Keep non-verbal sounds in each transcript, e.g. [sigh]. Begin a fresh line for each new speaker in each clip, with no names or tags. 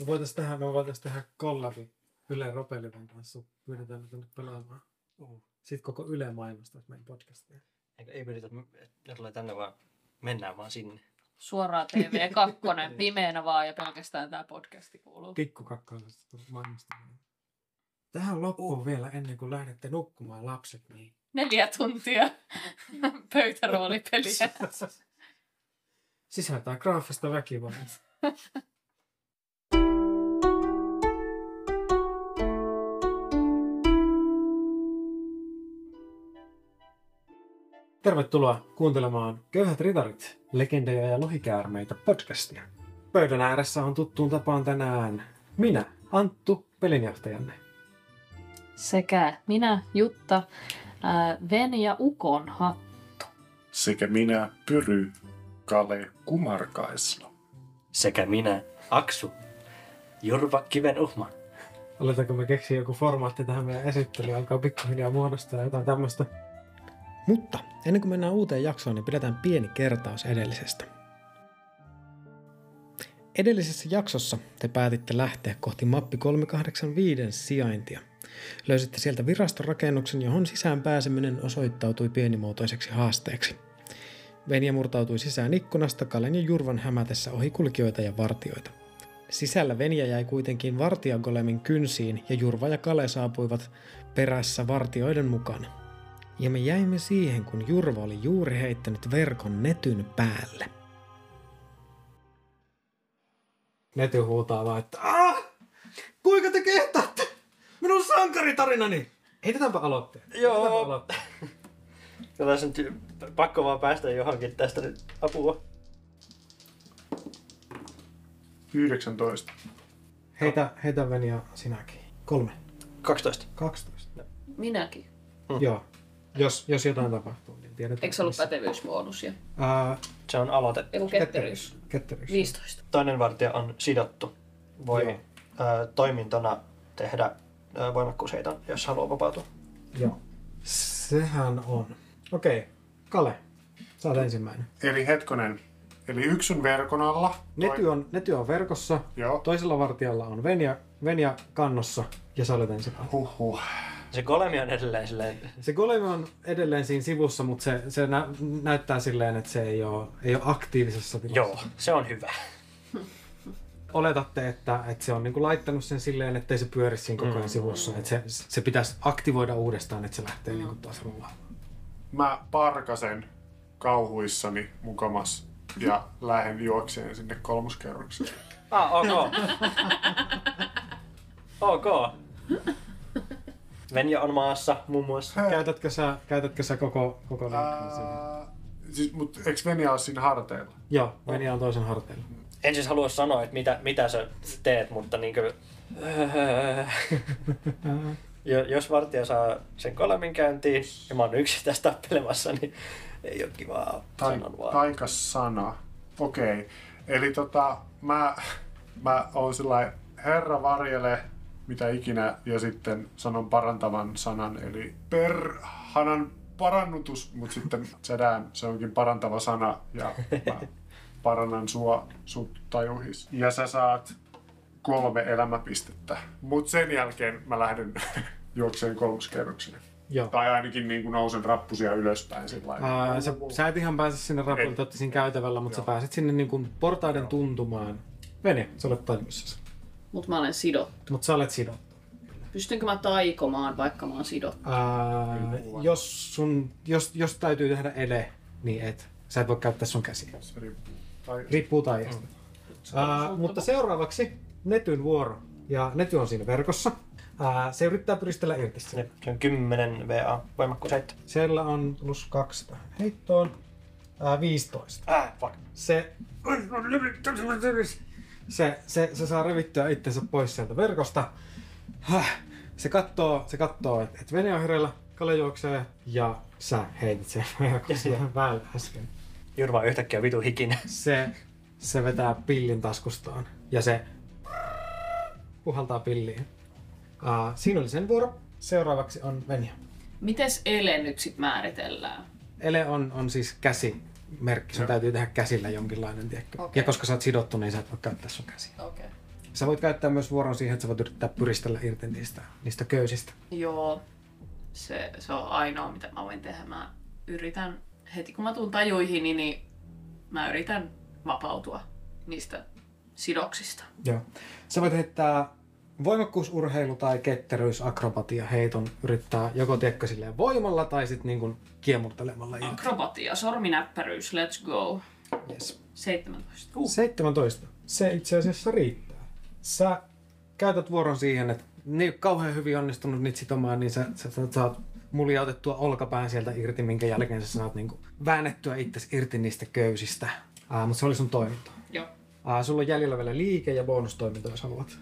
Me voitais tehdä, me voitais tehdä kollabi Yle Ropelivan kanssa. Pyydetään ne tänne pelaamaan.
Uh.
Sitten koko Yle mainostaa meidän podcastia.
Ei, ei pyritä, ne tulee tänne vaan, mennään vaan sinne.
Suoraan TV2, pimeänä vaan ja pelkästään tämä podcasti kuuluu.
Kikku kakkaisesta mainostaminen. Tähän loppuun vielä ennen kuin lähdette nukkumaan lapset, niin
Neljä tuntia [laughs] pöytäroolipeliä.
[laughs] sisältää Siis graafista väkivaltaa. Tervetuloa kuuntelemaan Köyhät ritarit, legendoja ja lohikäärmeitä podcastia. Pöydän ääressä on tuttuun tapaan tänään minä, Anttu, pelinjohtajanne.
Sekä minä, Jutta, ää, Ven ja Ukon
sekä minä Pyry Kale Kumarkaisla.
Sekä minä, Aksu, Jorva Kiven uhma.
Aletaanko me keksiä joku formaatti tähän meidän esittelyyn, alkaa pikkuhiljaa muodostaa jotain tämmöistä. Mutta ennen kuin mennään uuteen jaksoon, niin pidetään pieni kertaus edellisestä.
Edellisessä jaksossa te päätitte lähteä kohti mappi 385 sijaintia. Löysitte sieltä virastorakennuksen, johon sisään pääseminen osoittautui pienimuotoiseksi haasteeksi. Venja murtautui sisään ikkunasta Kalen ja Jurvan hämätessä ohi kulkijoita ja vartijoita. Sisällä Venja jäi kuitenkin vartijagolemin kynsiin ja Jurva ja Kale saapuivat perässä vartijoiden mukana. Ja me jäimme siihen, kun Jurva oli juuri heittänyt verkon netyn päälle.
Nety huutaa vaan, että Aah! Kuinka te kehtaatte? Minun sankaritarinani! Heitetäänpä aloitteen.
Joo.
Heitetäänpä
[laughs]
aloitteen.
Kyllä tässä nyt pakko vaan päästä johonkin tästä nyt apua.
19.
Heitä, heitä Venia sinäkin. Kolme.
12.
12.
Minäkin.
Joo. Jos, jos jotain tapahtuu, niin tiedät.
Eikö se ollut pätevyysbonus ja
Ää,
Se on aloite.
joku ketteryys?
Ketteryys.
15.
Toinen vartija on sidottu.
Joo.
Voi ää, toimintona tehdä ää, voimakkuusheiton, jos haluaa vapautua.
Joo. Sehän on. Okei. Kale, sä oot ensimmäinen.
Eli hetkonen. Eli yksi on verkon alla.
Nety on, nety on verkossa.
Joo.
Toisella vartijalla on Venja, Venja kannossa ja sä olet ensimmäinen.
Huhhuh.
Se golemi on edelleen silleen,
Se golemi on edelleen siinä sivussa, mutta se, se nä- näyttää silleen, että se ei ole, ei ole aktiivisessa tilassa.
joo, se on hyvä.
Oletatte, että, että se on niinku laittanut sen silleen, ettei se pyöri siinä koko
Mm.
ajan sivussa. Että se, se pitäisi aktivoida uudestaan, että se
Mm.
lähtee niinku taas rullaamaan.
Mä parkasen kauhuissani mukamas ja lähden juokseen sinne kolmoskerrokseen.
Ah,
No.
ok. ok. Venja on maassa muun muassa.
Käytätkö sä, käytätkö sä koko, koko liikkeelle siihen?
Ää, siis, mut eiks Venia ole siinä harteilla?
Joo, Venja on toisen harteilla.
En siis halua sanoa, että mitä, mitä sä teet, mutta niinku,
[laughs]
niinkö... Jo- Jos vartija saa sen kolmin käyntiin ja mä oon yksin tässä tappelemassa, niin ei oo kivaa.
Tai,
Sanon vaan.
taikas sana. Okei. Okay. Eli tota, mä, mä oon sillä herra varjele, mitä ikinä, ja sitten sanon parantavan sanan, eli perhanan parannutus, mutta sitten sedään, se onkin parantava sana, ja mä parannan sua, sut tajuhis. Ja sä saat kolme elämäpistettä. Mut sen jälkeen mä lähden [laughs] juokseen kolmoskerrokseen.
Joo.
Tai ainakin niin kuin nousen rappusia ylöspäin sillä lailla.
Ää, sä, sä et ihan pääse sinne
Ei.
rapulta, siinä käytävällä, mutta sä
Joo.
pääset sinne niin kuin portaiden tuntumaan. Vene, sä olet tajussa.
Mut mä olen sidottu.
Mutta sä olet sidottu.
Pystynkö mä taikomaan, vaikka mä oon sidottu?
Ää, jos, sun, jos, jos täytyy tehdä ele, niin et. Sä et voi käyttää sun käsiä.
Se riippuu. Tai
Riippuu taijasta. Ää, mutta seuraavaksi Netyn vuoro. Ja Nety on siinä verkossa. Ää, se yrittää pyristellä irti sen.
Se on 10 VA, voimakkuus 7.
Siellä on plus 2 tähän heittoon. Ää, 15.
Ah, fuck.
Se se, se, se saa revittyä itsensä pois sieltä verkosta. Häh. Se kattoo, se kattoo että et vene on hereillä, Kale juoksee ja sä heitit sen verkon siihen päälle äsken.
Jurva on yhtäkkiä vitu hikinen.
Se, se vetää pillin taskustaan ja se puhaltaa pilliin. Uh, siinä oli sen vuoro. Seuraavaksi on Venja.
Mites ele nyt sit määritellään?
Ele on, on siis käsi merkki. Sun täytyy tehdä käsillä jonkinlainen, tiedätkö?
Okei.
Ja koska sä oot sidottu, niin sä et voi käyttää sun käsiä.
Okei. Okay.
Sä voit käyttää myös vuoron siihen, että sä voit yrittää pyristellä irti niistä, niistä köysistä.
Joo, se, se on ainoa, mitä mä voin tehdä. Mä yritän, heti kun mä tuun tajuihini, niin mä yritän vapautua niistä sidoksista.
Joo. Sä voit heittää voimakkuusurheilu tai ketteryys, akrobatia, heiton, yrittää joko tiedätkö silleen voimalla tai sitten niin kiemurtelemalla irti.
Akrobatia, sorminäppäryys, let's go.
Yes.
17.
17. Se itse asiassa riittää. Sä käytät vuoron siihen, että ne ei ole kauhean hyvin onnistunut niitä sitomaan, niin sä, sä, sä saat muljautettua olkapään sieltä irti, minkä jälkeen sä saat niin väännettyä itsesi irti niistä köysistä. Äh, mutta se oli sun toiminta.
Joo.
Äh, sulla on jäljellä vielä liike ja bonustoiminta, jos haluat.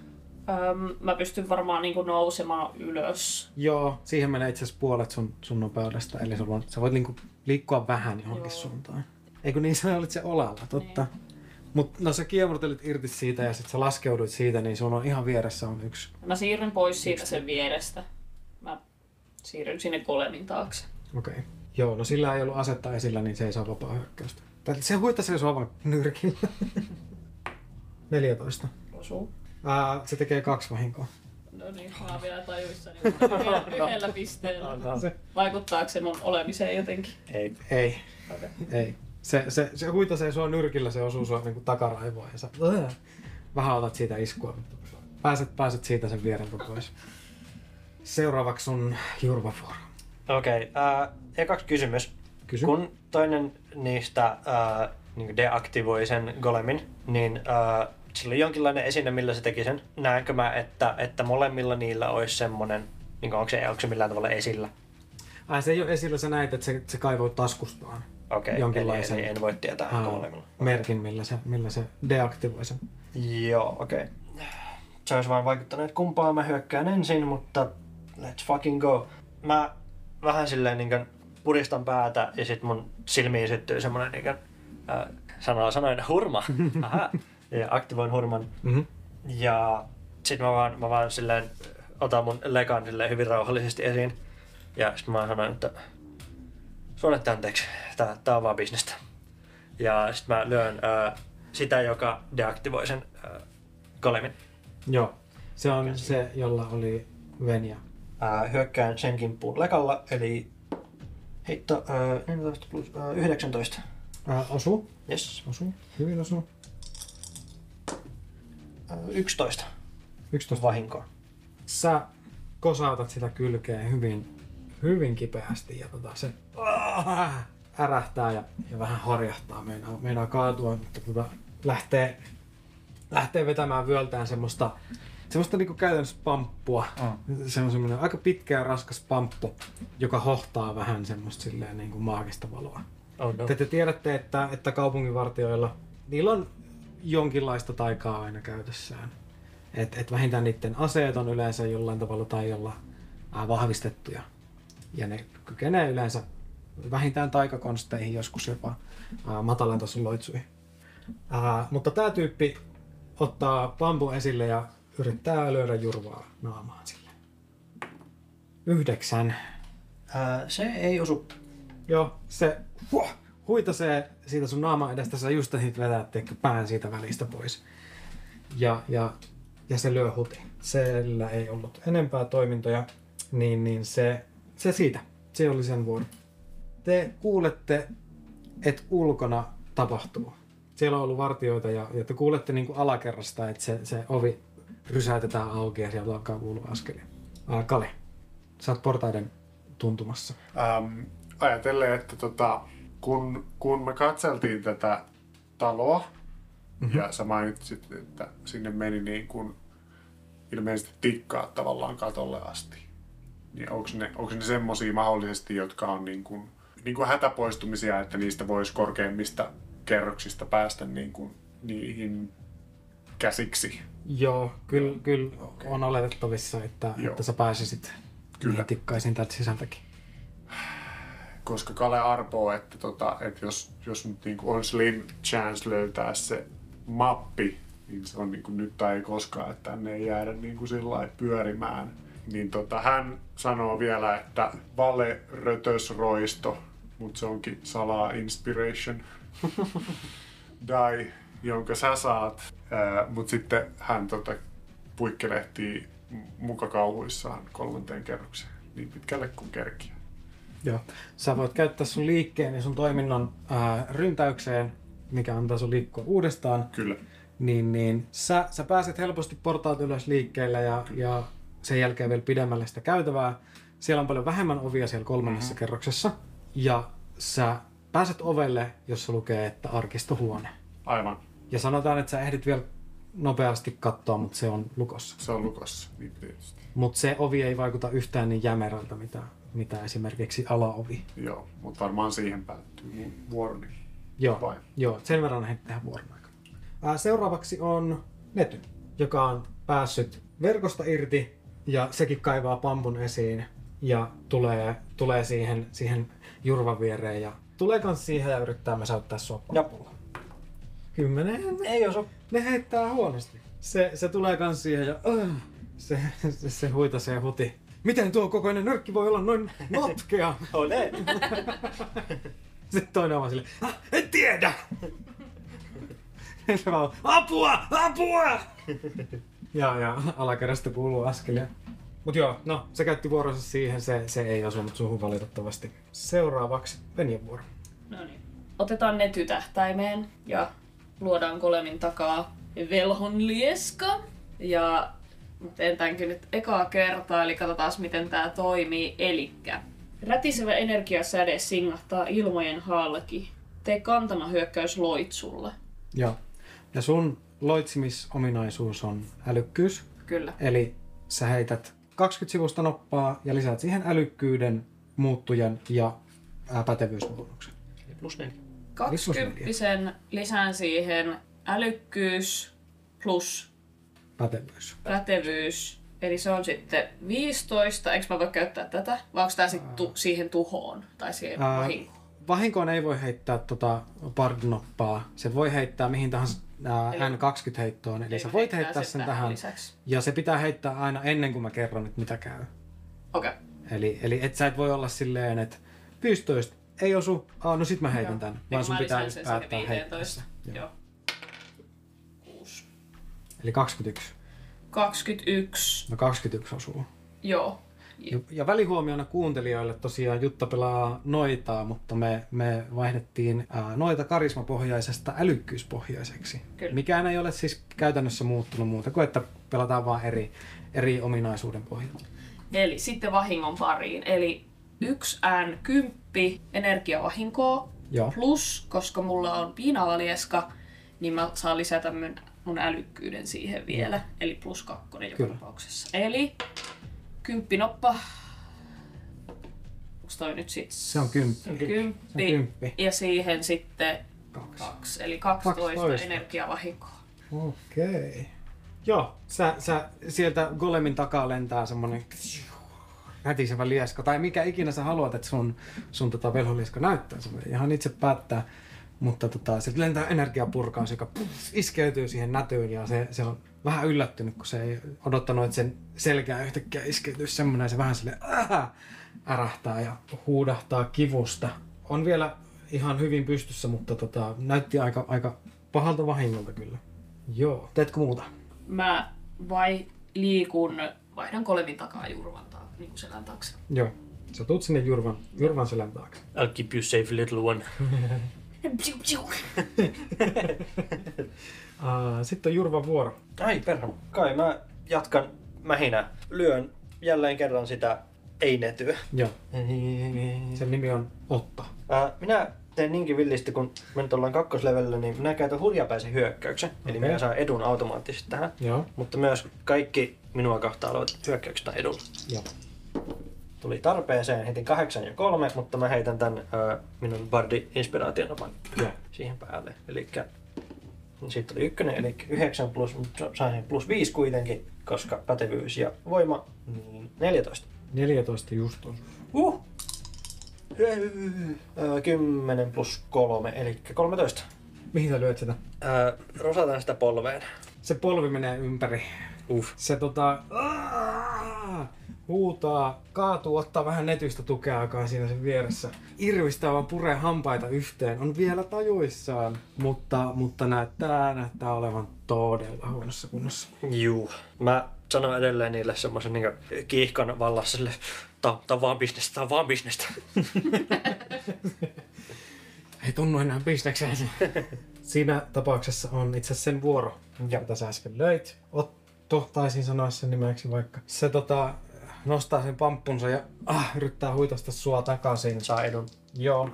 Öm, mä pystyn varmaan niinku nousemaan ylös.
Joo, siihen menee itse asiassa puolet sun, sun nopeudesta, eli sulla on, sä voit niinku liikkua vähän johonkin Joo.
Joo.
suuntaan. Eikö niin, sä olit se olalla, totta. Niin. Mutta no sä kiemurtelit irti siitä ja sitten sä laskeuduit siitä, niin sun on ihan vieressä on yksi.
Mä siirryn pois siitä sen vierestä. Mä siirryn sinne kolemin taakse.
Okei. Okay. Joo, no sillä ei ollut asetta esillä, niin se ei saa vapaa hyökkäystä. Tai se huitasee sua vaan nyrkillä. [laughs] 14.
Osuu.
Ää, se tekee kaksi vahinkoa.
No niin, mä oon vielä tajuissani. Mä oon vielä Yhdellä pisteellä.
Anna.
Se,
Vaikuttaako se mun olemiseen jotenkin?
Ei.
ei,
Okay.
ei. Se, se, se huitasee sua nyrkillä, se osuu sua niinku takaraivoon ja sä Ugh. vähän otat siitä iskua. Pääset, pääset siitä sen viereltä pois. Seuraavaksi sun Jurvafor.
[laughs] Okei, okay, äh, ekaksi kysymys.
Kysy.
Kun toinen niistä äh, niin deaktivoi sen golemin, niin äh, sillä oli jonkinlainen esine, millä se teki sen. Näenkö mä, että, että molemmilla niillä olisi semmoinen, niin onko, se, onko se millään tavalla esillä?
Ai se ei ole esillä, sä näet, että se, se kaivoi taskustaan
Okei, okay, eli,
jonkinlaisen
eli, en voi tietää,
ää,
onko molemmilla.
merkin, millä se, millä se deaktivoi sen.
Joo, okei. Okay. Se olisi vaan vaikuttanut, että kumpaa mä hyökkään ensin, mutta let's fucking go. Mä vähän silleen niin puristan päätä ja sit mun silmiin syttyy semmonen niin kuin, äh, sanaa sanoin hurma. Aha. Ja aktivoin hurman.
Mm-hmm.
Ja sit mä vaan, mä vaan silleen otan mun lekan silleen hyvin rauhallisesti esiin. Ja sit mä sanoin, että suunnette anteeksi, tää, tää on vaan bisnestä. Ja sit mä lyön ää, sitä, joka deaktivoi sen ää, golemin.
Joo. Se on se, jolla oli Venia.
Ää, hyökkään sen kimppuun lekalla, eli heitto ää, 14 plus ää, 19.
Ää, osu.
Yes.
Osu. Äh, Hyvin osu.
Ää, 11
11
vahinkoa.
sä kosautat sitä kylkeen hyvin, hyvin kipeästi ja tota, se Ah! ärähtää ja, ja vähän horjahtaa, meinaa, meinaa kaatua, mutta tota, lähtee, lähtee vetämään vyöltään semmoista, semmoista niinku käytännössä pamppua. Mm. Se on semmoinen aika pitkä ja raskas pamppu, joka hohtaa vähän semmoista silleen niinku maagista valoa.
Oh no.
Te, te tiedätte, että, että kaupunginvartijoilla niillä on jonkinlaista taikaa aina käytössään. Et, et vähintään niiden aseet on yleensä jollain tavalla taijalla äh, vahvistettuja. Ja ne kykenee yleensä vähintään taikakonsteihin, joskus jopa äh, matalan tason loitsuihin. Äh, mutta tämä tyyppi ottaa pampun esille ja yrittää lyödä jurvaa naamaan sille. Yhdeksän.
Ää, se ei osu.
Joo, se huo, huitasee siitä sun naaman edestä, sä just ehdit vetää teikö, pään siitä välistä pois. Ja, ja, ja se lyö huti. Sillä ei ollut enempää toimintoja, niin, niin se, se siitä. Se oli sen vuoro. Te kuulette, että ulkona tapahtuu. Siellä on ollut vartioita ja, ja te kuulette niin alakerrasta, että se, se ovi rysäytetään auki ja sieltä alkaa kuulua askelia. Ää, Kale, sä oot portaiden tuntumassa.
Ähm, ajatellen, että tota, kun, kun me katseltiin tätä taloa, mm-hmm. ja sä mainitsit, että sinne meni niin kuin ilmeisesti tikkaa tavallaan katolle asti. Niin onko ne, onks ne semmosia mahdollisesti, jotka on niin kuin, niin kuin hätäpoistumisia, että niistä voisi korkeimmista kerroksista päästä niin kuin niihin käsiksi?
Joo, kyllä, kyllä okay. on oletettavissa, että,
Joo.
että sä pääsisit
Kyllä.
kyllä. tikkaisin täältä sisältäkin.
koska Kale arpoo, että, tota, että jos, jos nyt niin on slim chance löytää se mappi, niin se on niin kuin nyt tai ei koskaan, että tänne ei jäädä niin kuin sillä lailla pyörimään. Niin tota, hän sanoo vielä, että vale rötösroisto, mutta se [laughs] onkin salaa inspiration die, jonka sä saat Mutta sitten hän tota, puikkelehtii muka kauhuissaan kolmanteen kerrokseen niin pitkälle kuin kerkiä.
Joo. Sä voit käyttää sun liikkeen ja sun toiminnan ää, ryntäykseen, mikä antaa sun liikkua uudestaan.
Kyllä.
Niin, niin sä, sä pääset helposti portaat ylös liikkeellä ja, ja sen jälkeen vielä pidemmälle sitä käytävää. Siellä on paljon vähemmän ovia siellä kolmannessa mm-hmm. kerroksessa. Ja sä pääset ovelle, jossa lukee, että arkistohuone.
Aivan.
Ja sanotaan, että sä ehdit vielä nopeasti katsoa, mutta se on lukossa.
Se on lukossa, niin tietysti.
Mutta se ovi ei vaikuta yhtään niin jämerältä, mitä, mitä esimerkiksi alaovi.
Joo, mutta varmaan siihen päättyy mun vuoroni.
Joo,
Vai?
joo sen verran ehdit tehdä vuoron aikana. Ää, Seuraavaksi on Nety, joka on päässyt verkosta irti ja sekin kaivaa pampun esiin ja tulee, tulee siihen, siihen jurvan viereen ja tulee kans siihen ja yrittää mäsäyttää sua pampulla. Kymmenen.
Ei jos on
Ne heittää huonosti. Se, se tulee kans siihen ja äh, se, se, se huitasee huti. Miten tuo kokoinen nyrkki voi olla noin notkea?
ole.
Sitten toinen on vaan silleen, "Ah, en tiedä! Se vaan, apua! Apua! ja, ja alakerrasta kuuluu askelia. Mut joo, no, se käytti vuoronsa siihen, se, se ei osunut suhun valitettavasti. Seuraavaksi Venjen vuoro.
No niin. Otetaan ne tytähtäimeen ja luodaan kolemin takaa velhon lieska. Ja mä teen tämänkin nyt ekaa kertaa, eli katsotaan miten tämä toimii. Elikkä rätisevä energiasäde singahtaa ilmojen halki. Tee kantama hyökkäys loitsulla.
Joo. Ja sun loitsimisominaisuus on älykkyys.
Kyllä.
Eli sä heität 20 sivusta noppaa ja lisäät siihen älykkyyden, muuttujan ja ää, pätevyysbonuksen.
Eli Plus neljä.
20 lisään siihen älykkyys plus
Pätevyys.
pätevyys. Eli se on sitten 15. Eikö mä voi käyttää tätä? Vai onko tää sitten tu- siihen tuhoon? Tai siihen
Ää, niin
vahinkoon?
Vahinkoon ei voi heittää tota pardnoppaa. Se voi heittää mihin tahansa ää,
Eli-
N20 heittoon. Eli sä voit heittää sen tähän.
Lisäksi.
Ja se pitää heittää aina ennen kuin mä kerron, että mitä käy.
Okei.
Eli, eli et sä et voi olla silleen, että 15 ei osu, Aa, no sit mä heitän
Joo.
tämän.
Niin
Vaan
kun
sun
mä
pitää
lisään
just
sen sinne
päättää heittää. se.
15. Joo. Kuusi.
Eli 21.
21.
No 21 osuu.
Joo.
Ja- Ja välihuomiona kuuntelijoille tosiaan Jutta pelaa noitaa, mutta me, me vaihdettiin ää, noita karismapohjaisesta älykkyyspohjaiseksi.
Kyllä.
Mikään ei ole siis käytännössä muuttunut muuta kuin, että pelataan vaan eri, eri ominaisuuden pohjalta.
Eli sitten vahingon pariin. Eli 1 n 10 energiavahinkoa
Joo.
plus, koska mulla on piinavalieska, niin mä saan lisätä mun, mun älykkyyden siihen vielä. Eli plus kakkonen joka
Kyllä.
tapauksessa. Eli kymppinoppa. Onks toi nyt sit?
Se on kymppi. Se on
Kymppi.
kymppi.
Ja siihen sitten
Kaksi.
kaksi, eli 12,
12.
12. energiavahinkoa.
Okei. Okay. Joo, sä, sä, sieltä golemin takaa lentää semmonen rätisevä lieska, tai mikä ikinä sä haluat, että sun, sun tota velholieska näyttää, se voi ihan itse päättää. Mutta tota, se lentää energiapurkaus, joka puff, iskeytyy siihen nätyyn ja se, se on vähän yllättynyt, kun se ei odottanut, että sen selkää yhtäkkiä iskeytyy semmoinen ja se vähän sille äh, ärähtää ja huudahtaa kivusta. On vielä ihan hyvin pystyssä, mutta tota, näytti aika, aika pahalta vahingolta kyllä. Joo. Teetkö muuta?
Mä vai liikun, vaihdan kolmin takaa jurvan ta- niin kuin selän taakse.
Joo. Sä tuut sinne Jurvan, Jurvan selän taakse.
I'll keep you safe, little one.
Psiu, psiu.
Uh, sitten on Jurvan vuoro.
Ai perhana. Kai mä jatkan mähinä. Lyön jälleen kerran sitä ei-netyä.
Joo. Sen nimi on Otta.
Ää, minä teen niinkin villisti, kun me nyt ollaan kakkoslevelillä, niin minä käytän hurjapäisen hyökkäyksen. Eli
Okei.
minä saan edun automaattisesti tähän.
Joo.
Mutta myös kaikki minua kohta olevat hyökkäykset on edulla.
Joo.
Tuli tarpeeseen, heitin kahdeksan ja kolme, mutta mä heitän tämän ää, minun bardi inspiraation oman
Joo.
siihen päälle. Eli sitten oli ykkönen, eli yhdeksän plus, mutta sa- sain sen plus viisi kuitenkin, koska pätevyys ja voima, niin 14.
14 just on.
Uh! Öö, 10 plus 3, eli 13.
Mihin sä lyöt sitä?
Öö, rosataan sitä polveen.
Se polvi menee ympäri.
Uh.
Se tota... aah, huutaa, kaatuu, ottaa vähän netystä tukea aikaa siinä sen vieressä. Irvistää vaan puree hampaita yhteen. On vielä tajuissaan, mutta, mutta näyttää, näyttää olevan todella huonossa kunnossa.
Juu. Mä sanon edelleen niille semmoisen niin kiihkan vallassa sille, tää tää on vaan bisnestä, tää on vaan bisnestä.
Ei tunnu enää bisnekseen. [laughs] Siinä tapauksessa on itse asiassa sen vuoro,
Ja.
jota sä äsken löit. Otto, taisin sanoa sen nimeksi vaikka. Se tota, nostaa sen pamppunsa ja ah, yrittää huitosta sua takaisin.
Saa edun.
Joo.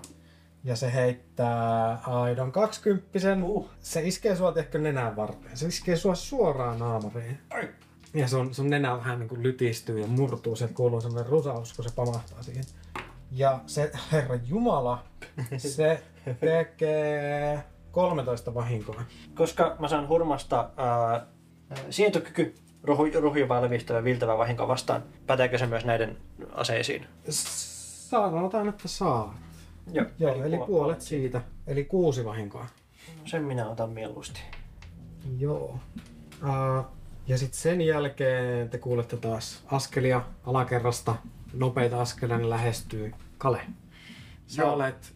Ja se heittää aidon kaksikymppisen. Uh. Se iskee sua ehkä nenän varteen. Se iskee sua suoraan naamariin.
Ai.
Ja sun, sun nenä vähän niin kuin lytistyy ja murtuu. Sieltä kuuluu sellainen rusaus, kun se pamahtaa siihen. Ja se, herra [laughs] Jumala, se tekee 13 vahinkoa.
Koska mä saan hurmasta ää, sietokyky, ruhu- ruhjuvaa levistävä viiltävä vahinko vastaan, päteekö se myös näiden aseisiin?
S- Sanotaan, että saa.
Joo,
Joo, eli
puol-
puolet siitä. Eli kuusi vahinkoa.
Sen minä otan mieluusti.
Joo. Uh, ja sitten sen jälkeen te kuulette taas askelia alakerrasta. Nopeita askelia ne lähestyy. Kale, sä Joo.
Joo.
olet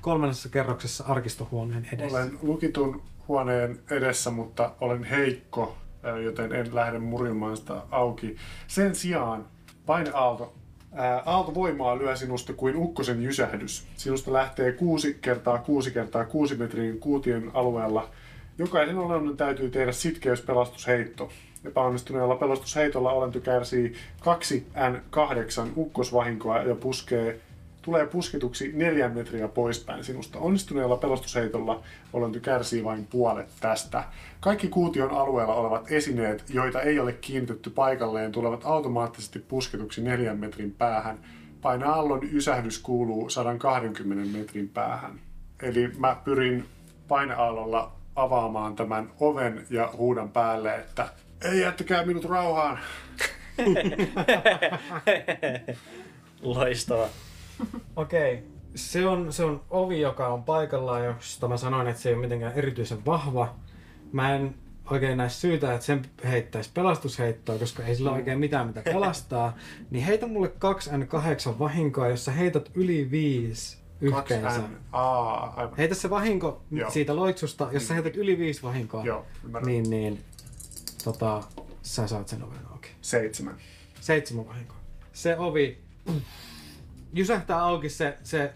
kolmannessa kerroksessa arkistohuoneen edessä.
Olen lukitun huoneen edessä, mutta olen heikko, ää, joten en lähde murimaan sitä auki. Sen sijaan vain Aalto. Ää, Aalto voimaa lyö sinusta kuin ukkosen jysähdys. Sinusta lähtee 6 kertaa 6 kertaa 6 metrin kuution alueella. Jokaisen olennon täytyy tehdä sitkeyspelastusheitto. Epäonnistuneella pelastusheitolla olento kärsii 2N8 ukkosvahinkoa ja puskee tulee puskituksi neljä metriä poispäin sinusta. Onnistuneella pelastusheitolla olento kärsii vain puolet tästä. Kaikki kuution alueella olevat esineet, joita ei ole kiinnitetty paikalleen, tulevat automaattisesti pusketuksi neljän metrin päähän. Paina allon ysähdys kuuluu 120 metrin päähän. Eli mä pyrin painaallolla avaamaan tämän oven ja huudan päälle, että ei jättäkää minut rauhaan.
Loistava.
Okei. Se on, se on ovi, joka on paikallaan, josta mä sanoin, että se ei ole mitenkään erityisen vahva. Mä en oikein näe syytä, että sen heittäisi pelastusheittoa, koska ei sillä ole oikein mitään mitä pelastaa. Niin heitä mulle 2N8 vahinkoa, jos sä heität yli 5 yhteensä.
2N. Aa, aivan.
Heitä se vahinko
Joo.
siitä loitsusta, jos sä heität yli 5 vahinkoa,
Joo, ymmärrän.
niin, niin tota, sä saat sen oven auki.
Seitsemän.
Seitsemän vahinkoa. Se ovi jysähtää auki, se, se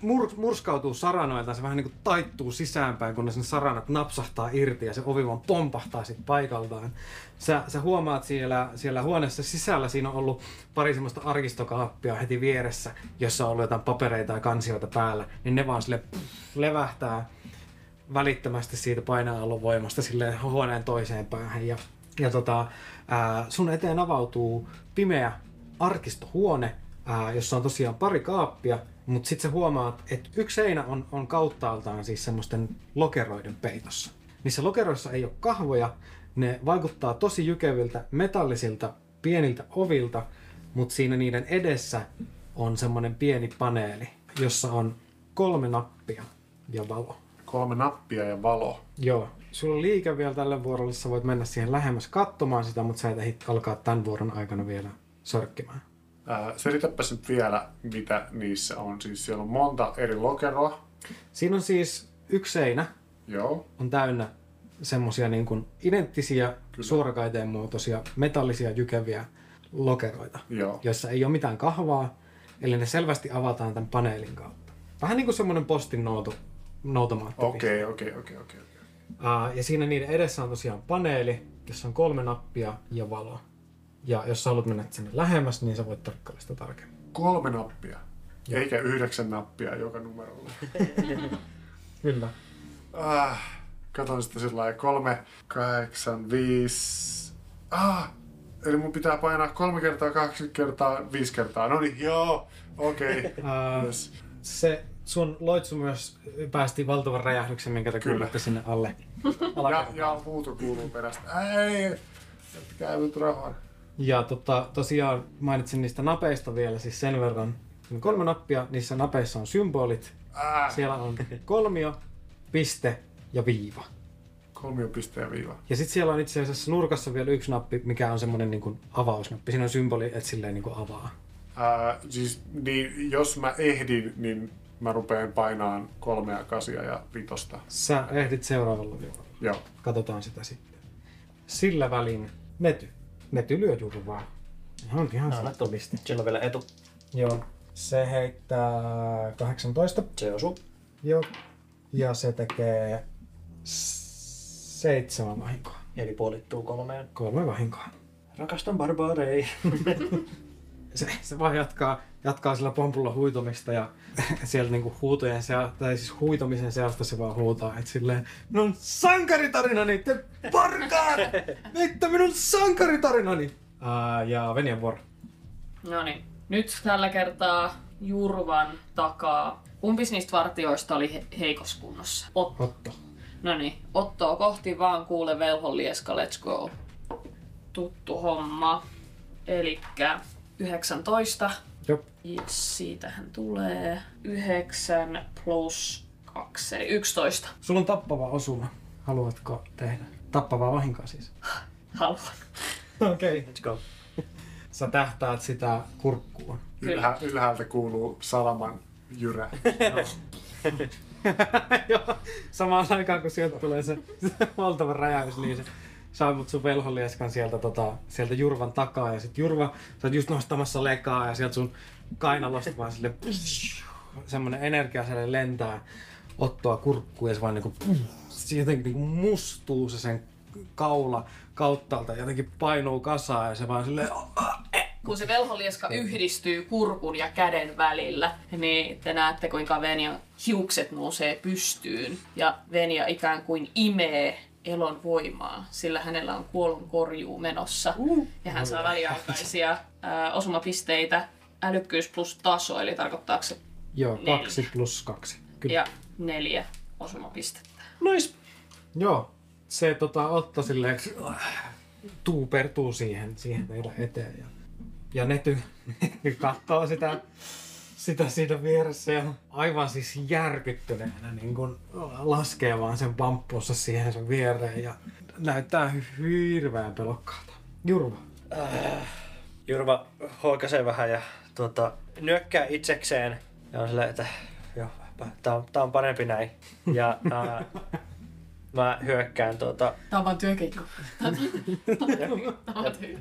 mur, murskautuu saranoilta, se vähän niin kuin taittuu sisäänpäin, kunnes ne saranat napsahtaa irti ja se ovi vaan pompahtaa sit paikaltaan. Sä, sä huomaat siellä, siellä huoneessa sisällä, siinä on ollut pari semmoista arkistokaappia heti vieressä, jossa on ollut jotain papereita ja kansioita päällä, niin ne vaan sille levähtää välittömästi siitä painaa voimasta sille huoneen toiseen päähän. Ja, ja tota, ää, sun eteen avautuu pimeä arkistohuone, ää, jossa on tosiaan pari kaappia, mutta sitten sä huomaat, että yksi seinä on, on kauttaaltaan siis semmoisten lokeroiden peitossa. Niissä lokeroissa ei ole kahvoja, ne vaikuttaa tosi jykeviltä, metallisilta, pieniltä ovilta, mutta siinä niiden edessä on semmoinen pieni paneeli, jossa on kolme nappia ja valo.
Kolme nappia ja valo.
Joo. Sulla on liike vielä tällä vuorolla, sä voit mennä siihen lähemmäs katsomaan sitä, mutta sä et ehdi alkaa tämän vuoron aikana vielä sörkkimään.
Ää, Selitäpäs Äh, nyt vielä, mitä niissä on. Siis siellä on monta eri lokeroa.
Siinä on siis yksi seinä,
Joo.
on täynnä semmoisia niin kuin identtisiä suorakaiteen muotoisia metallisia jykeviä lokeroita,
Joo.
joissa ei ole mitään kahvaa, eli ne selvästi avataan tämän paneelin kautta. Vähän niin kuin semmoinen postin nouto, noutomaatti.
Okei, okei, okei, okei. okei.
Ää, ja siinä niiden edessä on tosiaan paneeli, jossa on kolme nappia ja valo. Ja jos sä haluat mennä sinne lähemmäs, niin sä voit tarkkailla sitä tarkemmin.
Kolme nappia. Eikä yhdeksän nappia joka numerolla.
Kyllä.
Ah, katon sitten sillä lailla kolme, kahdeksan, viisi. Ah, eli mun pitää painaa kolme kertaa, kaksi kertaa, viisi kertaa. No niin, joo, okei.
Ää,
Yes.
se sun loitsu myös päästi valtavan räjähdyksen, minkä te
Kyllä.
kuulitte sinne alle.
Ja, ja huuto kuuluu perästä. Ei, jättäkää nyt rahaa.
Ja tota, tosiaan mainitsin niistä napeista vielä siis sen verran. Siinä on kolme nappia, niissä napeissa on symbolit.
Ah,
Siellä on kolmio, piste ja viiva.
kolmio piste ja viiva.
Ja sitten siellä on itse asiassa nurkassa vielä yksi nappi, mikä on semmoinen niin kuin avausnappi. Siinä on symboli, että silleen niin kuin avaa.
Ää, siis, niin, jos mä ehdin, niin mä rupeen painaan kolmea, kasia ja vitosta.
Sä ehdit seuraavalla viikolla.
Joo.
Katsotaan sitä sitten. Sillä välin Nety. Nety lyö jurvaa. Ihan, ihan
Anna.
sattumisti.
Sillä on vielä etu.
Joo. Se heittää 18.
Se osuu.
Joo. Ja se tekee s- seitsemän vahinkoa.
Eli puolittuu kolmeen.
Kolme vahinkoa.
Rakastan barbaarei.
se, se vaan jatkaa, jatkaa sillä pompulla huitomista ja sieltä niinku huutojen sea, tai siis huitomisen seasta se vaan huutaa, että silleen minun sankaritarinani, te parkaat! Mitä minun sankaritarinani! Uh, ja Venjen vuoro.
No niin. Nyt tällä kertaa Jurvan takaa. Kumpis niistä vartioista oli he- heikossa kunnossa? Otto.
Otto.
No niin, Ottoa kohti vaan kuule velhon lieska, let's go. Tuttu homma. Elikkä 19.
Jop.
Ja siitähän tulee 9 plus 2, eli 11.
Sulla on tappava osuma. Haluatko tehdä? Tappavaa vahinkoa siis.
Haluan.
Okei. Okay.
Let's go.
Sä tähtäät sitä kurkkuun.
Kyllä.
Ylhä, ylhäältä kuuluu salaman jyrä. [laughs]
[laughs] Joo, samaan aikaan kun sieltä tulee se, se valtava räjäys, niin se saa mut sun velholieskan sieltä, tota, sieltä Jurvan takaa. Ja sit Jurva, sä oot just nostamassa lekaa ja sieltä sun kainalosta vaan sille semmonen energia siellä lentää ottoa kurkkuun ja se vaan niinku se jotenkin niinku mustuu se sen kaula kauttaalta, jotenkin painuu kasaan ja se vaan silleen
Kun se velholieska yhdistyy kurkun ja käden välillä, niin te näette kuinka Venia hiukset nousee pystyyn. Ja Venia ikään kuin imee elon voimaa, sillä hänellä on kuollon korjuu menossa. Ja hän saa väliaikaisia ää, osumapisteitä, älykkyys plus taso, eli tarkoittaako se
Joo,
Neljä.
kaksi plus kaksi. Kyllä.
ja neljä osumapistettä.
Nois.
Joo, se tota, Otto silleen tuupertuu siihen, siihen meidän eteen. Ja, ja Nety, [laughs] Nety katsoo sitä, sitä siinä vieressä ja aivan siis järkyttyneenä niin kun laskee vaan sen pamppunsa siihen sen viereen ja näyttää hirveän pelokkaalta. Jurva.
Jurva hoikaisee vähän ja tuota, nyökkää itsekseen. Ja on silleen, että joo, tää on, tää on parempi näin. Ja ää, mä hyökkään tuota,
Tämä on vaan [laughs] työkeikko. Tämä on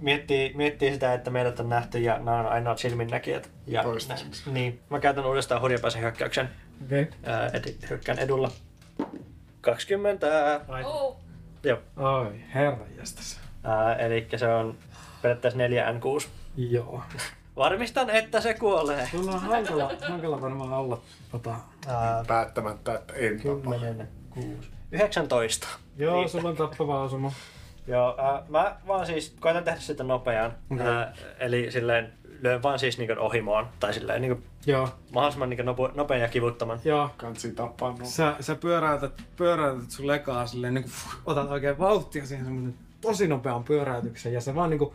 miettii, miettii sitä, että meidät on nähty ja nämä on aina silminnäkijät. Ja
Toistaiseksi.
niin, mä käytän uudestaan hurjapäisen hyökkäyksen.
Okei.
Ää, edi, hyökkään edulla. 20.
Oh.
Joo.
Ai, herranjestas.
Ää, eli se on periaatteessa 4 N6.
Joo.
Varmistan, että se kuolee.
Sulla on hankala, hankala varmaan olla tota...
Ää,
Päättämättä, että en tapa.
10, 6, 19.
Joo, sulla on tappava osuma.
Joo, ää, mä vaan siis koitan tehdä sitä nopeaan.
Okei.
Ää, eli silleen lyön vaan siis niin ohimoon. Tai silleen niin
Joo,
mahdollisimman niin nopo, nopean ja kivuttoman.
joo.
Kansi tapannut.
Sä, sä pyöräytät, pyöräytät sun lekaa silleen, niin kuin, otat oikein vauhtia siihen semmoinen tosi nopean pyöräytyksen ja sä vaan niin kuin,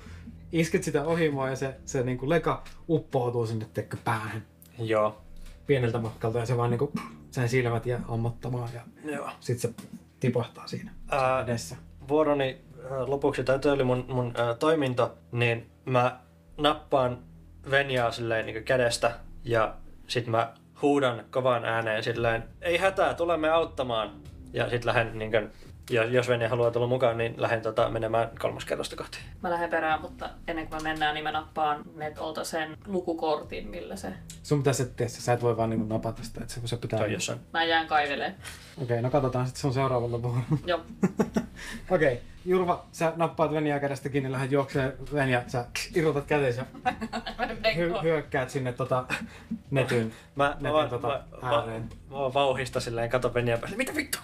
isket sitä ohimoa ja se, se niin kuin leka uppoutuu sinne tekkö päähän
Joo.
pieneltä matkalta ja se vaan niin kuin, sen silmät jää ammottamaan ja
Joo.
sit se tipahtaa siinä
Ää.
edessä.
vuoroni äh, lopuksi, tai toi oli mun, mun äh, toiminto, niin mä nappaan Venjaa silleen niin kädestä ja sit mä huudan kovaan ääneen silleen, ei hätää, tulemme auttamaan. Ja sit lähden niin kuin, ja jos Venja haluaa tulla mukaan, niin lähden tota, menemään kolmas kerrosta kohti.
Mä lähden perään, mutta ennen kuin me mennään, niin mä nappaan netolta sen lukukortin, millä se...
Sun pitää se tehdä, sä et voi vaan niin kuin napata sitä, että se, kun se pitää...
Tai
Okei,
jossain.
Mä jään kaiveleen.
okay, no katsotaan sitten sun seuraavalla vuorolla.
Joo.
Okei, okay. Jurva, sä nappaat Venjaa kädestä kiinni, lähdet juokseen Venja, sä irrotat käteensä hy- hyökkäät sinne tota netyn.
Mä, mä,
Netin
vaan-
tota
mä, mä, mä,
ääreen.
vaan vauhista silleen katon Venjaa päälle, mitä vittu?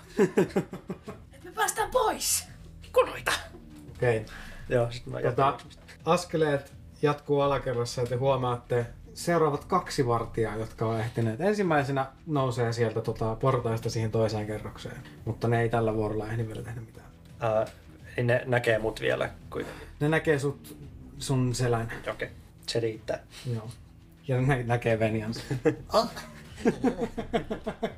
me päästään pois! Kunoita!
Okei. Okay.
Joo, sit mä
Tota,
jatkan.
askeleet jatkuu alakerrassa ja te huomaatte seuraavat kaksi vartijaa, jotka on ehtineet. Ensimmäisenä nousee sieltä tota, portaista siihen toiseen kerrokseen, mutta ne ei tällä vuorolla ehdi vielä tehdä mitään.
Ää, niin ne näkee mut vielä kuitenkin.
Ne näkee sut, sun selän.
Okei, okay. se riittää.
Joo. Ja ne näkee Venjan. [laughs]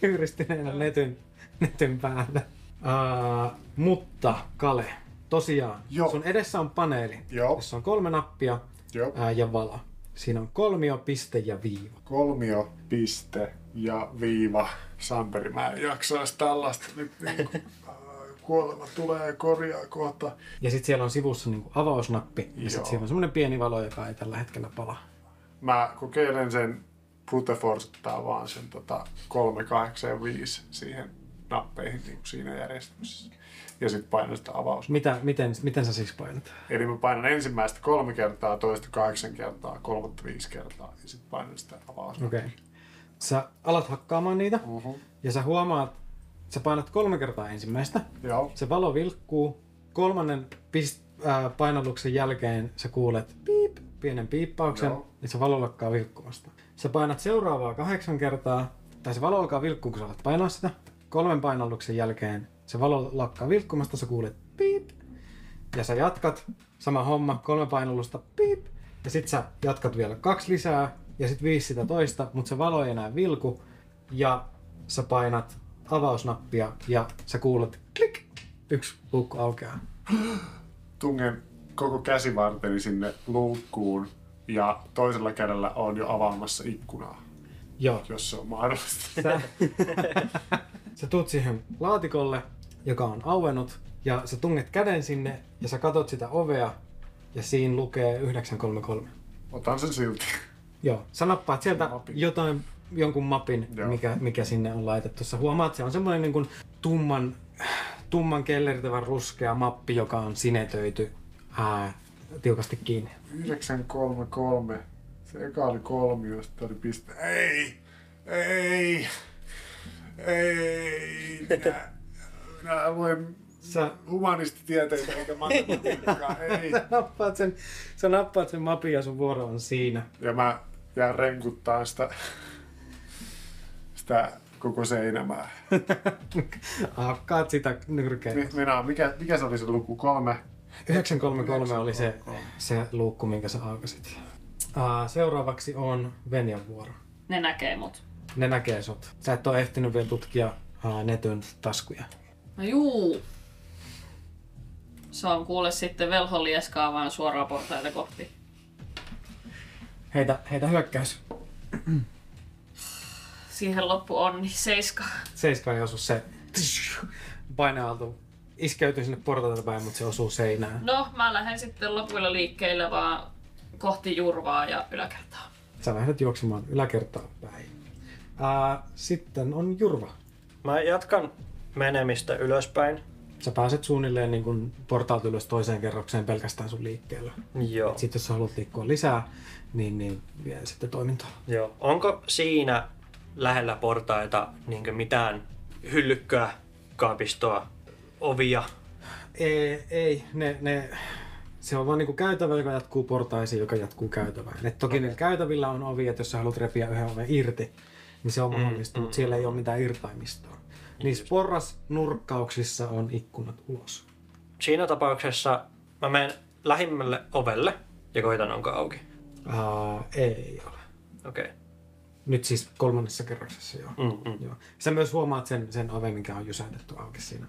Kyyristyneenä netyn, netyn päällä. Uh, mutta Kale, tosiaan,
Joo.
sun edessä on paneeli,
Joo.
jossa on kolme nappia
Joo.
ää, ja vala. Siinä on kolmio, piste ja viiva.
Kolmio, piste ja viiva. Samperi, mä en jaksaisi tällaista nyt niinku, äh, kuolema tulee ja korjaa kohta.
Ja sitten siellä on sivussa niin kuin avausnappi. Ja
Joo.
sitten siellä on semmoinen pieni valo, joka ei tällä hetkellä pala.
Mä kokeilen sen brute forcettaa vaan sen tota 385 siihen nappeihin niin siinä järjestyksessä. Ja sitten painan sitä avaus.
Mitä, miten, miten sä siis painat?
Eli mä painan ensimmäistä kolme kertaa, toista kahdeksan kertaa, kolmatta viisi kertaa ja sitten painan sitä avaus.
Okei. Okay. Sä alat hakkaamaan niitä
Mhm.
ja sä huomaat, sä painat kolme kertaa ensimmäistä.
Joo.
Se valo vilkkuu. Kolmannen pist, ää, painalluksen jälkeen sä kuulet piip, pienen piippauksen,
Joo.
niin se valo lakkaa vilkkumasta. Sä painat seuraavaa kahdeksan kertaa, tai se valo alkaa vilkkuu, kun sä alat painaa sitä. Kolmen painalluksen jälkeen se valo lakkaa vilkkumasta, sä kuulet piip. Ja sä jatkat, sama homma, kolme painallusta, piip. Ja sit sä jatkat vielä kaksi lisää, ja sit viisi sitä toista, mutta se valo ei enää vilku. Ja sä painat avausnappia, ja sä kuulet klik, yksi luukku aukeaa.
Tungen koko käsivarteni sinne luukkuun ja toisella kädellä on jo avaamassa ikkunaa,
Joo.
jos se on mahdollista.
Sä, [laughs] sä tuut siihen laatikolle, joka on auennut, ja sä tunget käden sinne, ja sä katot sitä ovea, ja siinä lukee 933.
Otan sen silti.
Joo, sä nappaat sieltä
Mapin.
jotain, jonkun mapin,
Joo.
mikä, mikä sinne on laitettu. Sä huomaat, se on semmoinen niin kuin tumman, tumman kellertävän ruskea mappi, joka on sinetöity ää, tiukasti kiinni.
933. Se eka oli kolmio, sitten oli piste. Ei! Ei! Ei! Minä, minä luen
Sä
humanistitieteitä eikä matematiikkaa. Ei!
nappaat sen, sä nappaat sen mapin ja sun vuoro on siinä. [laughs]
Ja mä jään renkuttaa sitä, sitä koko seinämää.
Hakkaat sitä nyrkeen.
Mi- Minä, mikä, mikä se oli se luku? Kolme?
933 oli se, se luukku, minkä sä aukasit. Ää, seuraavaksi on Venjan vuoro.
Ne näkee mut.
Ne näkee sut. Sä et ole ehtinyt vielä tutkia ää, netyn taskuja.
No juu. Se on kuule sitten velho lieskaa vaan suoraan portaita kohti.
Heitä, heitä hyökkäys.
Siihen loppu onni. Seiska.
Seiskaan ei osu se [laughs] painealtu. Iskeytyy sinne portaita päin, mutta se osuu seinään.
No, mä lähden sitten lopuilla liikkeillä vaan kohti jurvaa ja yläkertaa.
Sä lähdet juoksemaan yläkertaan päin. Ää, sitten on Jurva.
Mä jatkan menemistä ylöspäin.
Sä pääset suunnilleen niin kun portaat ylös toiseen kerrokseen pelkästään sun liikkeellä.
Joo.
Sitten jos sä haluat liikkua lisää, niin, niin vie sitten toimintaa.
Joo. Onko siinä lähellä portaita niin mitään hyllykköä, kaapistoa, ovia?
Ei, ei ne, ne, se on vaan niinku käytävä, joka jatkuu portaisiin, joka jatkuu käytävään. Et toki okay. käytävillä on ovi, että jos sä haluat repiä yhden oven irti, niin se on mahdollista, mm, mutta siellä ei ole mitään irtaimistoa. Niissä porrasnurkkauksissa on ikkunat ulos.
Siinä tapauksessa mä menen lähimmälle ovelle ja koitan onko auki.
Uh, ei ole.
Okei.
Nyt siis kolmannessa kerroksessa joo.
Mm, mm.
joo. Sä myös huomaat sen, sen oven, mikä on jysäytetty auki siinä.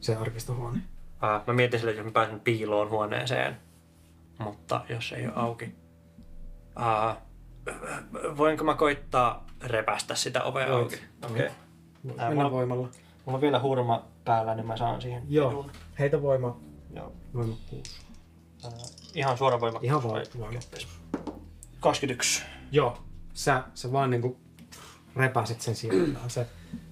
Se arkistohuone.
Ää, Mä mietin sille, jos mä pääsen piiloon huoneeseen, mutta jos ei ole auki. Ää, voinko mä koittaa repästä sitä ovea
Voit.
auki? Okei.
Voit
Ää,
Mennä
mulla-
voimalla.
Mulla on vielä hurma päällä, niin mä saan siihen
Joo.
edun.
Heitä voima.
Joo.
Voima kuusi.
Ää, Ihan suora voima.
Ihan vaan voima.
21.
Joo, sä, sä vaan niinku repäsit sen [clears throat] sieltä. Se,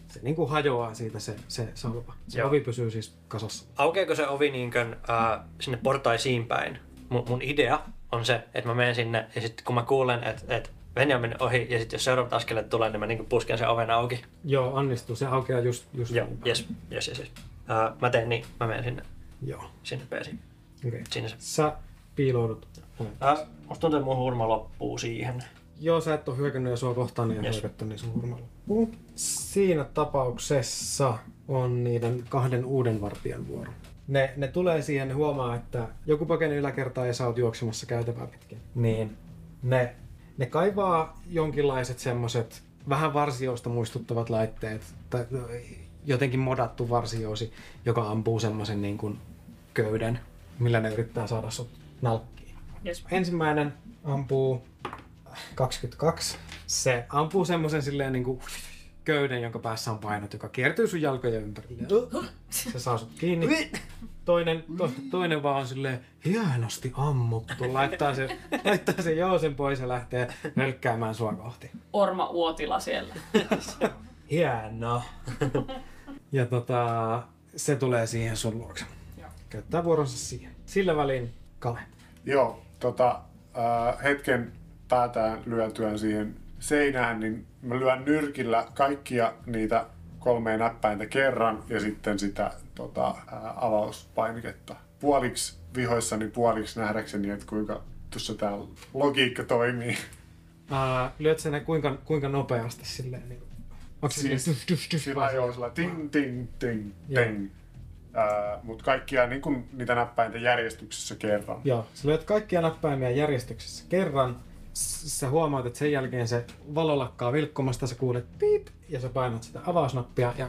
se niinku hajoaa siitä se, se solpa. Se
Joo.
ovi pysyy siis kasassa.
Aukeeko se ovi niinkön, ää, sinne portaisiin päin? Mun, mun idea on se, että mä menen sinne ja sitten kun mä kuulen, että et Venja on mennyt ohi ja sitten jos seuraavat askeleet tulee, niin mä niinku pusken sen oven auki.
Joo, onnistuu. Se aukeaa just, just
Joo,
niin päin.
jes, jes, jes. jes. Ää, mä teen niin, mä menen sinne,
Joo.
sinne peesiin.
Okay.
Sinne se.
Sä piiloudut. oven
Ää, musta tuntuu, että mun hurma loppuu siihen.
Joo, sä et ole hyökännyt ja sua kohtaan ei ole
Yes.
hyökätty, niin sun hurma loppuu. Siinä tapauksessa on niiden kahden uuden vartijan vuoro. Ne, ne tulee siihen, ne huomaa, että joku pakenee yläkertaa ja sä oot juoksemassa käytävää pitkin. Niin. Ne, ne kaivaa jonkinlaiset semmoset vähän varsioista muistuttavat laitteet, tai jotenkin modattu varsioosi, joka ampuu semmoisen niin kuin köyden, millä ne yrittää saada sut nalkkiin.
Jes.
Ensimmäinen ampuu 22. Se ampuu semmoisen silleen niinku köyden, jonka päässä on painot, joka kiertyy sun jalkojen ympärille. Se saa sut kiinni. Toinen, to, toinen vaan on silleen hienosti ammuttu. Laittaa se, laittaa se jousen pois ja lähtee nölkkäämään sua kohti.
Orma Uotila siellä.
Hieno. Ja tota, se tulee siihen sun luokse. Käyttää vuoronsa siihen. Sillä välin Kale.
Joo, tota, ää, hetken päätään lyötyään siihen seinään, niin mä lyön nyrkillä kaikkia niitä kolmea näppäintä kerran ja sitten sitä tota, ää, avauspainiketta. Puoliksi vihoissani, puoliksi nähdäkseni, että kuinka tuossa tää logiikka toimii.
Ää, lyöt sen kuinka, kuinka nopeasti silleen niin Onko se
Siis-
siis, tuff, tuff, tuff,
Sillä
vai-
joo, sillä ting, ting, ting,
Joo.
ting. Mutta kaikkia niin kun, niitä näppäintä järjestyksessä kerran.
Joo, sä lyöt kaikkia näppäimiä järjestyksessä kerran. S- Sä huomaat, että sen jälkeen se valo lakkaa vilkkumasta, sä kuulet piip, ja sä painat sitä avausnappia, ja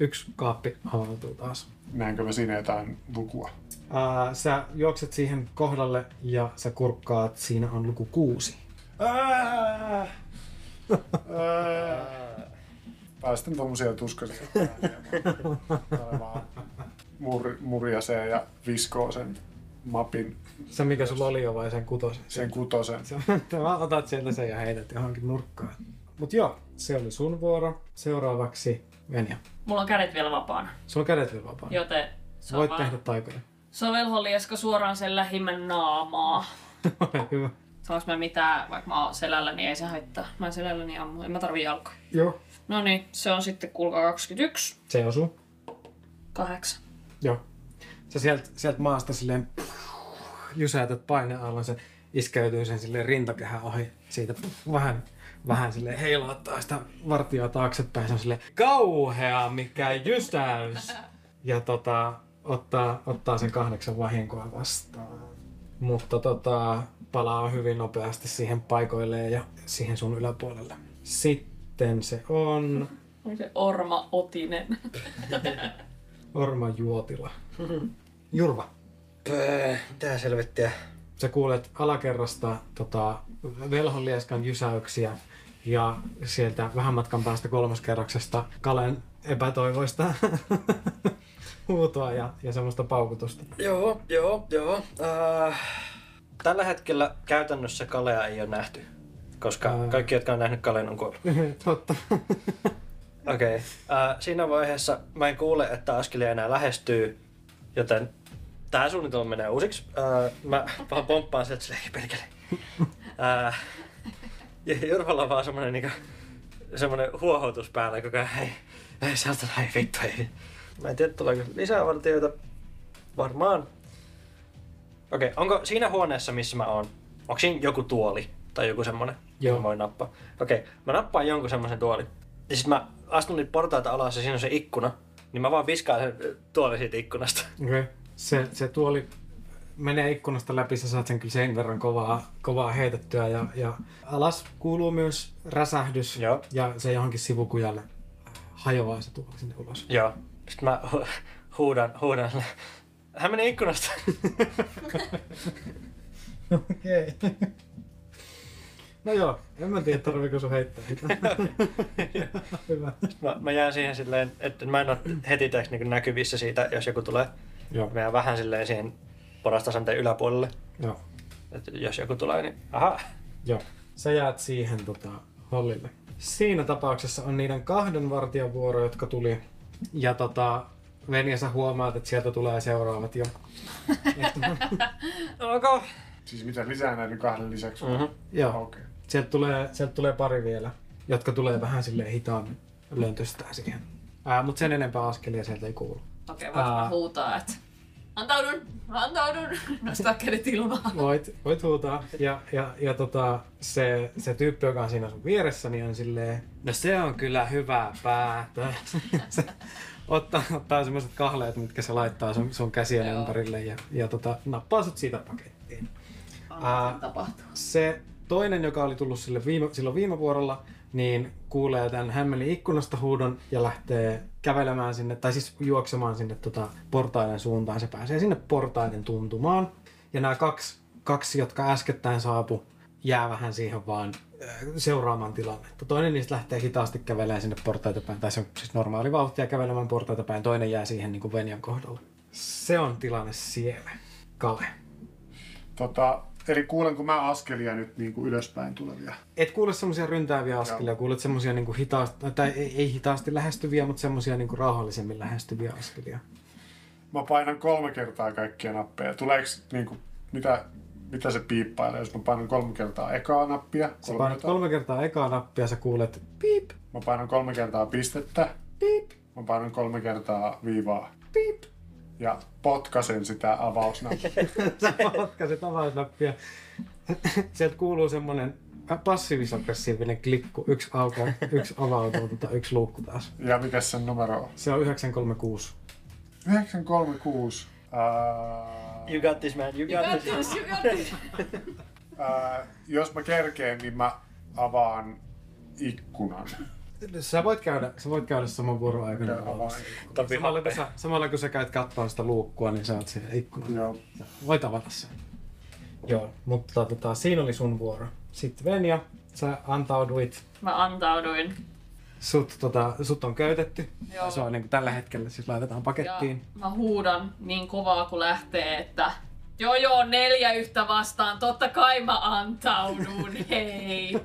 yksi kaappi avautuu taas.
Näenkö mä siinä jotain lukua?
Ää, sä juokset siihen kohdalle, ja sä kurkkaat, siinä on luku kuusi.
Ää! Ää! Päästän tommosia tuskaisia ääniä. Tää vaan mur, murjasee ja viskoo sen mapin,
Se mikä sulla oli jo vai sen kutosen?
sen kutosen.
[laughs] Sä vaan otat sieltä sen ja heität johonkin nurkkaan. Mut joo, se oli sun vuoro. Seuraavaksi Venja.
Mulla on kädet vielä vapaana,
Sulla on kädet vielä vapaana.
joten se on
Voit
vaan...
tehdä taikoja. [laughs]
Se on velholieska suoraan sen lähimmän naamaa.
Ole hyvä.
Saanko mä mitään, vaikka mä oon selälläni, ei se haittaa. Mä oon selälläni ammu, en mä tarvii jalkoja.
Joo.
No niin, se on sitten kulka 21,
Se osuu.
8.
Joo. Sä sieltä sielt maasta silleen jysäytät painealan, se iskeytyy sen silleen rintakehän ohi. Siitä vähän, vähän silleen heilauttaa sitä vartioa taaksepäin. Se on silleen kauhea, mikä jysäys! Ja tota, ottaa, ottaa sen kahdeksan vahinkoa vastaan. Mutta tota, palaa hyvin nopeasti siihen paikoilleen ja siihen sun yläpuolelle. Sitten se on
Onko se Orma Otinen?
Orma Juotila. Jurva.
Pöö, mitä selvettiä?
sä kuulet alakerrasta tota, velhonlieskan jysäyksiä ja sieltä vähän matkan päästä kolmoskerroksesta Kalen epätoivoista [laughs] huutoa ja, ja semmoista paukutusta.
[laughs] Joo, joo, joo. Äh, tällä hetkellä käytännössä kalea ei ole nähty, koska
Ää.
kaikki, jotka on nähnyt kaleen, on kuollut.
Totta.
Okei. Okay. Äh, siinä vaiheessa mä en kuule, että askelia enää lähestyy, joten tää suunnitelma menee uusiksi. Äh, mä vaan pomppaan sieltä silleen, "Ei [laughs] perkele. Äh, ja Jurvalla on vaan semmonen, niinku, semmonen huohotus päällä koko ajan. Hei, hei saatana, ei vittu, ei. Mä en tiedä, tuleeko lisää valtioita. Varmaan. Okei, okay, onko siinä huoneessa, missä mä oon, onko siinä joku tuoli tai joku semmonen?
Joo.
Mä voin nappaa. Okei, okay, mä nappaan jonkun semmoisen tuolin. Ja sit mä astun niitä portaita alas ja siinä on se ikkuna. Niin mä vaan viskaan sen ö, tuolin siitä ikkunasta.
Okay. Se, se tuoli menee ikkunasta läpi, sä saat sen kyllä sen verran kovaa, kovaa heitettyä ja, ja alas kuuluu myös räsähdys
Joo.
ja se johonkin sivukujalle hajoaa se tuoli sinne ulos.
Joo. Sitten mä hu- huudan, huudan. sille, Hän meni ikkunasta.
Okei. No joo, en mä tiedä tarviiko sun heittää mitään. [laughs] Hyvä.
mä, mä jään siihen silleen, että mä en ole heti teeksi niin näkyvissä siitä, jos joku tulee.
Joo.
Mä jään vähän silleen siihen porastasanteen yläpuolelle.
Joo.
Että jos joku tulee, niin aha.
Joo. Sä jäät siihen tota, hallille. Siinä tapauksessa on niiden kahden vartijan vuoro, jotka tuli. Ja tota, Venja, sä huomaat, että sieltä tulee seuraavat jo.
Onko?
Siis mitä lisää näiden kahden lisäksi?
Mhm.
Joo.
Okei.
Sieltä tulee, sieltä tulee pari vielä, jotka tulee vähän silleen hitaammin löntystää siihen. Ää, mut sen enempää askelia sieltä ei kuulu.
Okei, okay, voinko mä
Ää.
huutaa, että antaudun, antaudun, No, nostaa kädet ilmaan.
Voit, voit huutaa. Ja, ja, ja tota, se, se tyyppi, joka on siinä sun vieressä, niin on silleen, no se on kyllä hyvä päätä. [laughs] se ottaa, ottaa semmoiset kahleet, mitkä se laittaa sun, sun käsien
Joo.
ympärille ja, ja tota, nappaa sut siitä pakettiin.
Anna
Ää.
sen tapahtua.
Se toinen, joka oli tullut sille viime, silloin viime vuorolla, niin kuulee tämän hämmeli ikkunasta huudon ja lähtee kävelemään sinne, tai siis juoksemaan sinne tota portaiden suuntaan. Se pääsee sinne portaiden tuntumaan. Ja nämä kaksi, kaksi jotka äskettäin saapu,
jää vähän siihen vaan äh, seuraamaan tilannetta. Toinen niistä lähtee hitaasti kävelemään sinne portaita päin, tai se on siis normaali vauhtia kävelemään portaita päin, toinen jää siihen niin kuin Venjan kohdalla. Se on tilanne siellä. Kale.
Tota, eli kuulenko mä askelia nyt niin kuin ylöspäin tulevia?
Et kuule semmoisia ryntääviä askelia, kuulet semmoisia niin hitaasti, tai ei, ei hitaasti lähestyviä, mutta semmoisia niin rauhallisemmin lähestyviä askelia.
Mä painan kolme kertaa kaikkia nappeja. Tuleeko niin kuin, mitä, mitä se piippailee, jos mä painan kolme kertaa ekaa nappia?
Sä painat kolme kertaa ekaa nappia, sä kuulet piip,
Mä painan kolme kertaa pistettä.
piip,
Mä painan kolme kertaa viivaa.
piip.
Ja potkasen sitä [laughs] avausnappia.
Sä potkaiset avainnappia. Sieltä kuuluu semmonen äh, passiivis-aggressiivinen klikku. Yksi aukeaa, yksi avautuu, tota, yksi luukku taas.
ja mikä sen numero on?
Se on 936.
936. Ää,
You got this man, you
You got
got this.
this, you got this.
ää, jos mä kerkeen, niin mä avaan ikkunan.
Sä voit käydä, sä voit käydä saman vuoron aikana.
Ja avaan
avaamassa.
ikkunan.
Samalla kun, sä, samalla kun sä käyt katsoa sitä luukkua, niin sä oot siellä ikkunan.
Joo.
Voit avata sen. Joo, mutta tota, siinä oli sun vuoro. Sitten Venja, sä antauduit.
Mä antauduin.
Sut, tota, sut on käytetty.
Joo.
Se on niin kuin tällä hetkellä, siis laitetaan pakettiin.
Ja mä huudan niin kovaa kun lähtee, että joo joo, neljä yhtä vastaan, totta kai mä antaudun, hei.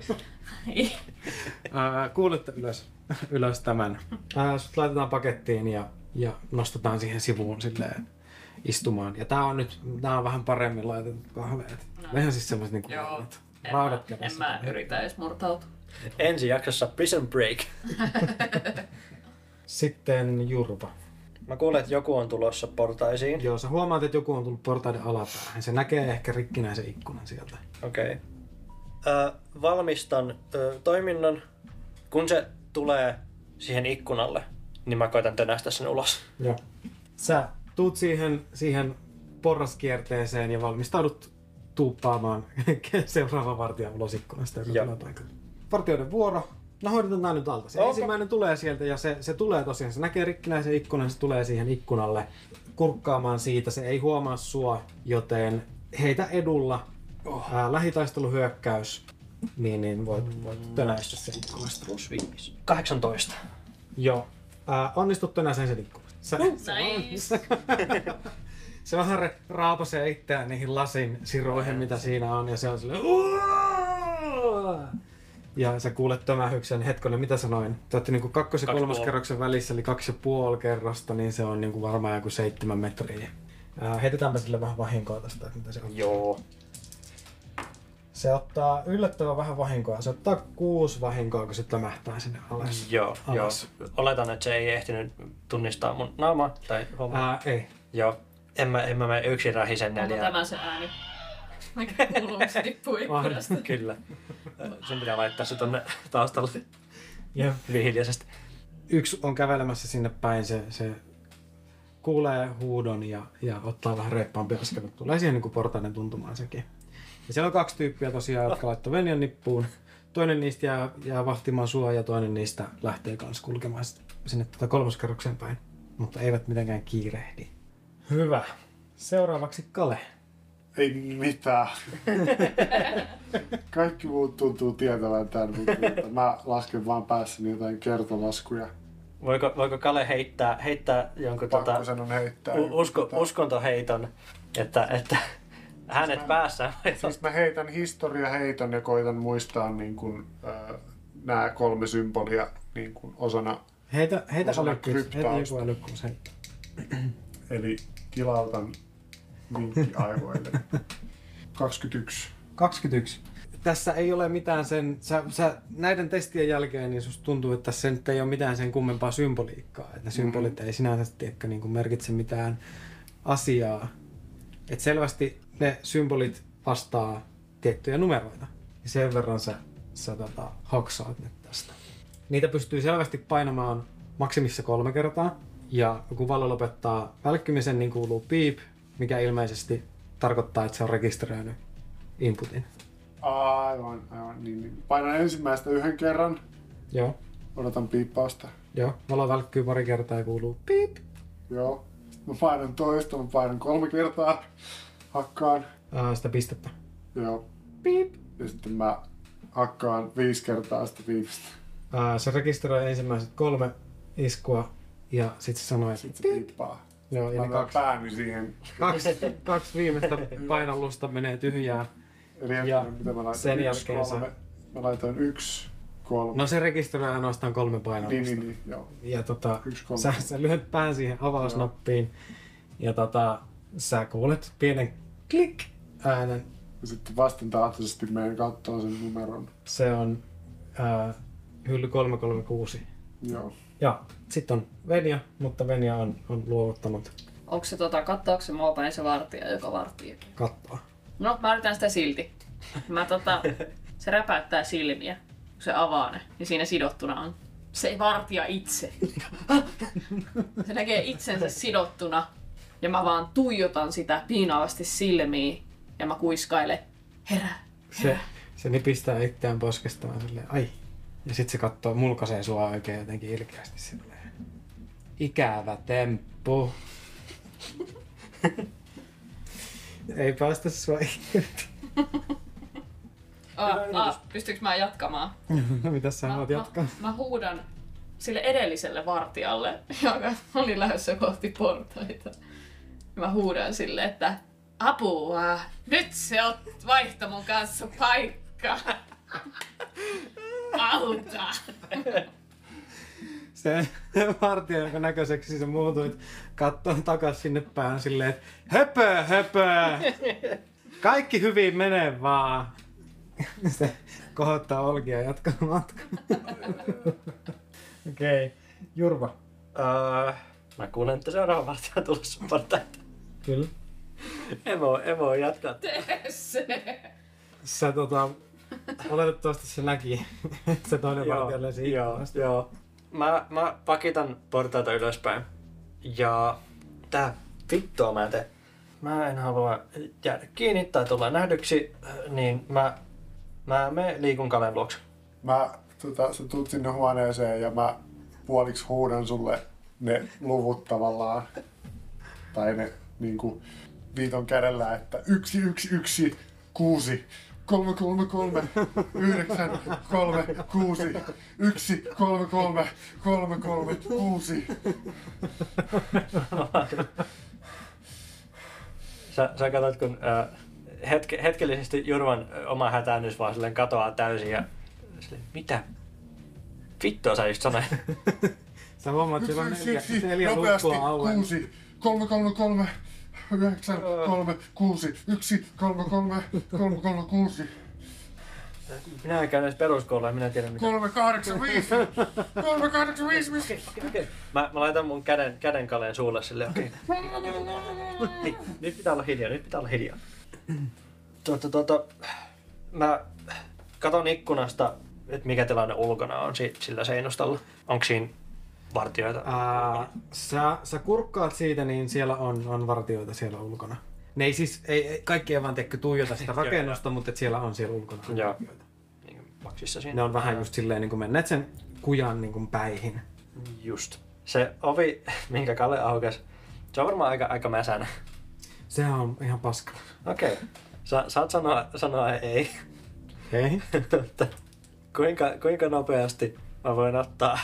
Ää, kuulette ylös, [laughs] ylös tämän. Ää, sut laitetaan pakettiin ja, ja nostetaan siihen sivuun silleen istumaan. Ja tää on nyt, tää on vähän paremmin laitetut kahveet. No. Ihan siis semmoset niinku
joo,
raudat.
en, mä,
Raudat
en
kädessä.
mä yritä edes murtautua.
Ensi jaksossa Prison Break.
Sitten Jurva.
Mä kuulen, että joku on tulossa portaisiin.
Joo, sä huomaat, että joku on tullut portaiden alapäähän. Se näkee ehkä rikkinäisen ikkunan sieltä.
Okei. Okay. Ö, valmistan ö, toiminnan. Kun se tulee siihen ikkunalle, niin mä koitan tönästä sen ulos.
Joo. Sä tuut siihen, siihen porraskierteeseen ja valmistaudut tuuppaamaan [laughs] seuraava vartija ulos ikkunasta, joka
Joo.
tulee paikalle. Vartijoiden vuoro. No hoidetaan tää nyt alta. Se
Okei.
ensimmäinen tulee sieltä ja se, se tulee tosiaan. Se näkee rikkinäisen ikkunan, se tulee siihen ikkunalle kurkkaamaan siitä. Se ei huomaa sua, joten heitä edulla. Oh. Ää, lähitaisteluhyökkäys. Niin, niin voit, voit tönäistä sen ikkunasta.
Plus 5. 18.
Joo. Äh, onnistut tänään sen selikkoon. Sä, sä
Nice.
[laughs] se vähän re- raapasee itseään niihin lasin siroihin, mitä siinä on, ja se on silleen... "Uaaah!" Ja sä kuulet tömähyksen hetkonen, mitä sanoin? Te olette niinku kakkos- ja
Kaksi
kolmas
puoli.
kerroksen välissä, eli kaksi ja puoli kerrosta, niin se on niinku varmaan joku seitsemän metriä. Äh, heitetäänpä sille vähän vahinkoa tästä, että mitä se on.
Joo.
Se ottaa yllättävän vähän vahinkoa. Se ottaa kuusi vahinkoa, kun se tömähtää sinne alas.
Joo, joo.
Alas.
Oletan, että se ei ehtinyt tunnistaa mun naamaa tai hommaa.
Ää, Äh, ei.
Joo. En mä, en mä mene yksin rahisen
Onko
neljään.
tämä se ääni? Mikä kuuluu, kun se tippuu ikkunasta?
[laughs] Kyllä. Sen pitää laittaa se tonne taustalle
Jep.
hyvin hiljaisesti.
yksi on kävelemässä sinne päin, se, se kuulee huudon ja, ja ottaa vähän reippaampi askel. mutta Tulee siihen niin portainen tuntumaan sekin. Ja siellä on kaksi tyyppiä tosiaan, jotka laittoi venjan nippuun. Toinen niistä jää, jää vahtimaan sua ja toinen niistä lähtee kanssa kulkemaan sit- sinne tuota kolmoskerroksen päin. Mutta eivät mitenkään kiirehdi. Hyvä. Seuraavaksi Kale.
Ei mitään. Kaikki muut tuntuu tietävän tämän, mutta mä lasken vaan päässäni jotain kertolaskuja.
Voiko, voiko Kale heittää, heittää jonkun tota,
Pakko sen on heittää.
u- usko, uskontoheiton, että, että hänet päässä?
Siis mä heitän historiaheiton ja koitan muistaa niin kuin, äh, nämä kolme symbolia niin kuin osana.
Heitä, heitä
Osana
älykkyys. Heitä
kryptausta.
joku älykkyys. heitä.
Eli kilautan vinkki aivoille. 21.
21. Tässä ei ole mitään sen, sä, sä, näiden testien jälkeen niin susta tuntuu, että tässä nyt ei ole mitään sen kummempaa symboliikkaa. Että ne symbolit mm-hmm. ei sinänsä tiedä, niin kuin merkitse mitään asiaa. Et selvästi ne symbolit vastaa tiettyjä numeroita. Ja sen verran sä, sä tota, hoksaat nyt tästä. Niitä pystyy selvästi painamaan maksimissa kolme kertaa. Ja kun valo lopettaa välkkymisen, niin kuuluu piip, mikä ilmeisesti tarkoittaa, että se on rekisteröinyt inputin.
Aivan, aivan. Niin, niin. Painan ensimmäistä yhden kerran.
Joo,
Odotan piippausta.
joo. Valo välkkyy pari kertaa ja kuuluu piip.
Joo. Mä painan toista, mä painan kolme kertaa. Hakkaan.
Ää, sitä pistettä.
Joo.
Piip.
Ja sitten mä hakkaan viisi kertaa sitä viimeistä.
Ää, se rekisteröi ensimmäiset kolme iskua ja sitten se sanoi,
Sitten se piippaa.
joo, ja
Mä
ne
laitan
kaksi,
pääni siihen.
kaksi, kaksi viimeistä painallusta menee tyhjään.
Eli en
Ja
tiedä, mitä mä laitan.
sen
yksi,
jälkeen
kolme.
se-
Mä laitoin yksi, kolme.
No se rekisteröi ainoastaan kolme
niin,
painallusta.
niin, niin, joo.
Ja tota,
Yksi, kolme.
sä, sä lyöt pään siihen avausnappiin ja tota, sä kuulet pienen klik äänen.
Ja sitten vastentahtoisesti meidän katsoo sen numeron.
Se on ää, hylly 336.
Joo.
Ja sitten on Venja, mutta Venja on, on luovuttanut
Onko se tota, kattaako se mua päin se vartija, joka varttii?
kattoa.
No, mä yritän sitä silti. Mä tota, se räpäyttää silmiä, kun se avaa ne, niin siinä sidottuna on. Se ei vartija itse. se näkee itsensä sidottuna. Ja mä vaan tuijotan sitä piinaavasti silmiin. Ja mä kuiskailen, herää.
Se, se nipistää itseään poskestaan silleen, ai. Ja sit se kattoo, mulkaisee sua oikein jotenkin ilkeästi silleen. Ikävä temppu. Ei päästä sua irti.
Ah, ah, pystyykö mä jatkamaan?
Mitä sä haluat jatkaa?
Mä, mä huudan sille edelliselle vartijalle, [laughs] joka oli lähdössä kohti portaita. Mä huudan sille, että apua, nyt se on vaihto mun kanssa paikkaa. Auta!
se [laughs] vartija, jonka näköiseksi se muutuit, katsoo takas sinne päähän silleen, että höpö, höpö, kaikki hyvin menee vaan. [laughs] Se kohottaa olkia ja jatkaa matkaa. Okei, okay. Jurva.
Öö, mä kuulen, että seuraava vartija on tulossa partaita.
Kyllä.
En voi, en voi jatkaa.
Se.
Sä tota, oletettavasti se näki, että se toinen vartija löysi
joo,
ikkunasta.
joo. Mä, mä pakitan portaita ylöspäin. Ja tää vittua mä en tee. Mä en halua jäädä kiinni tai tulla nähdyksi, niin mä, mä me liikun Kalen luokse.
Mä, tota, sä tuut sinne huoneeseen ja mä puoliksi huudan sulle ne luvut tavallaan. Tai ne niinku viiton kädellä, että yksi, yksi, yksi, kuusi, kolme, kolme, kolme, yhdeksän, kolme, kuusi, yksi, kolme, kolme, kolme, kolme, kuusi.
[laughs] Sä, sä katsot, kun ö, hetke, hetkellisesti Jurvan ö, oma hätäänys vaan silleen katoaa täysin ja silleen, mitä? Vittua sä just sanoit.
Sä huomaat, että
Yksi, yksi,
siellä on neljä,
yksi,
neljä
nopeasti,
lukkua auennut.
kuusi, kolme, kolme, kolme, yhdeksän, kolme, kuusi, yksi, kolme, kolme, kolme, kolme, kuusi.
[laughs] Minä en käy edes peruskoulua, minä en tiedä mitä.
385! 385, missä?
Mä, mä laitan mun käden, käden Kaleen suulle silleen, okei. Nyt, nyt pitää olla hiljaa, nyt pitää olla hiljaa. [clears throat] Tuota, tuota, mä katon ikkunasta, että mikä tilanne ulkona on si- sillä seinustalla. Onko siinä vartijoita?
Ää, sä, sä kurkkaat siitä, niin siellä on, on vartioita siellä ulkona. Ne ei siis, ei, ei kaikki ei vaan tiedä, tuijota sitä
Joo, Mm.
rakennusta, mutta et siellä on siellä ulkona
Joo.
vartioita.
Niin kuin maksissa siinä.
Ne on vähän just silleen, niin kuin menneet sen kujan niin kuin päihin.
Just. Se ovi, [laughs] minkä Kalle aukas, se on varmaan aika, aika mäsänä. [laughs]
Sehän on ihan paska.
Okei. Okay. Sa, saat sanoa, sanoa ei. [laughs]
Hei.
Mutta kuinka, kuinka nopeasti mä voin ottaa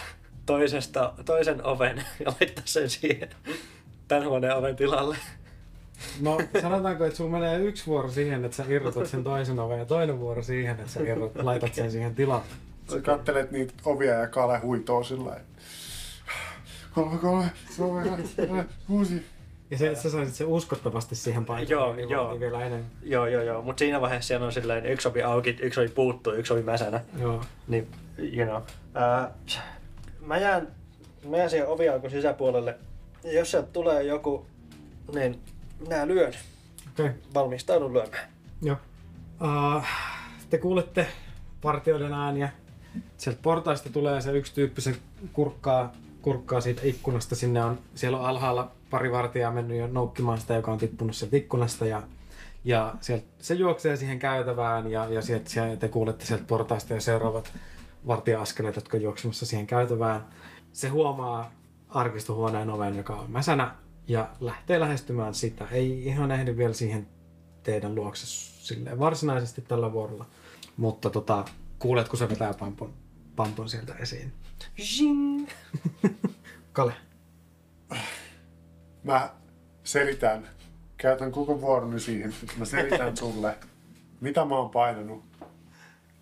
toisesta, toisen oven [laughs] ja laittaa sen siihen tämän huoneen oven tilalle?
No sanotaanko, että sulla menee yksi vuoro siihen, että sä irrotat sen toisen oven ja toinen vuoro siihen, että sä irrot, laitat sen siihen tilalle.
Sä kattelet niitä ovia ja Kale huitoo sillä lailla. Kolme, kolme, kolme, kolme, kuusi.
Ja se, sä saisit se uskottavasti siihen paikkaan.
Joo,
niin
joo.
vaatii Vielä enemmän.
Joo, joo, joo. Mutta siinä vaiheessa siellä on silleen yksi ovi auki, yksi ovi puuttuu, yksi ovi mäsänä.
Joo.
Niin, you know. Ää, Äh, mä jään, mä jään siihen oviaukon sisäpuolelle. Ja Jos sieltä tulee joku, niin minä lyön.
Okei. Okay.
Valmistaudun lyömään.
Joo. Uh, te kuulette partioiden ääniä. Sieltä portaista tulee se yksi tyyppi, se kurkkaa, kurkkaa siitä ikkunasta. Sinne on, siellä on alhaalla pari vartijaa mennyt jo noukkimaan sitä, joka on tippunut sieltä ikkunasta. Ja, ja sieltä, se juoksee siihen käytävään ja, ja sieltä, sieltä, te kuulette sieltä portaista ja seuraavat vartija-askeleet, jotka on juoksemassa siihen käytävään. Se huomaa arkistohuoneen oven, joka on mäsänä ja lähtee lähestymään sitä. Ei ihan ehdi vielä siihen teidän luokse silleen varsinaisesti tällä vuorolla. Mutta tota, kuulet, kun se vetää pampun, pampun sieltä esiin.
Zing.
[laughs] Kale.
Mä selitän, käytän koko vuoroni siihen, että mä selitän sulle, mitä mä oon painanut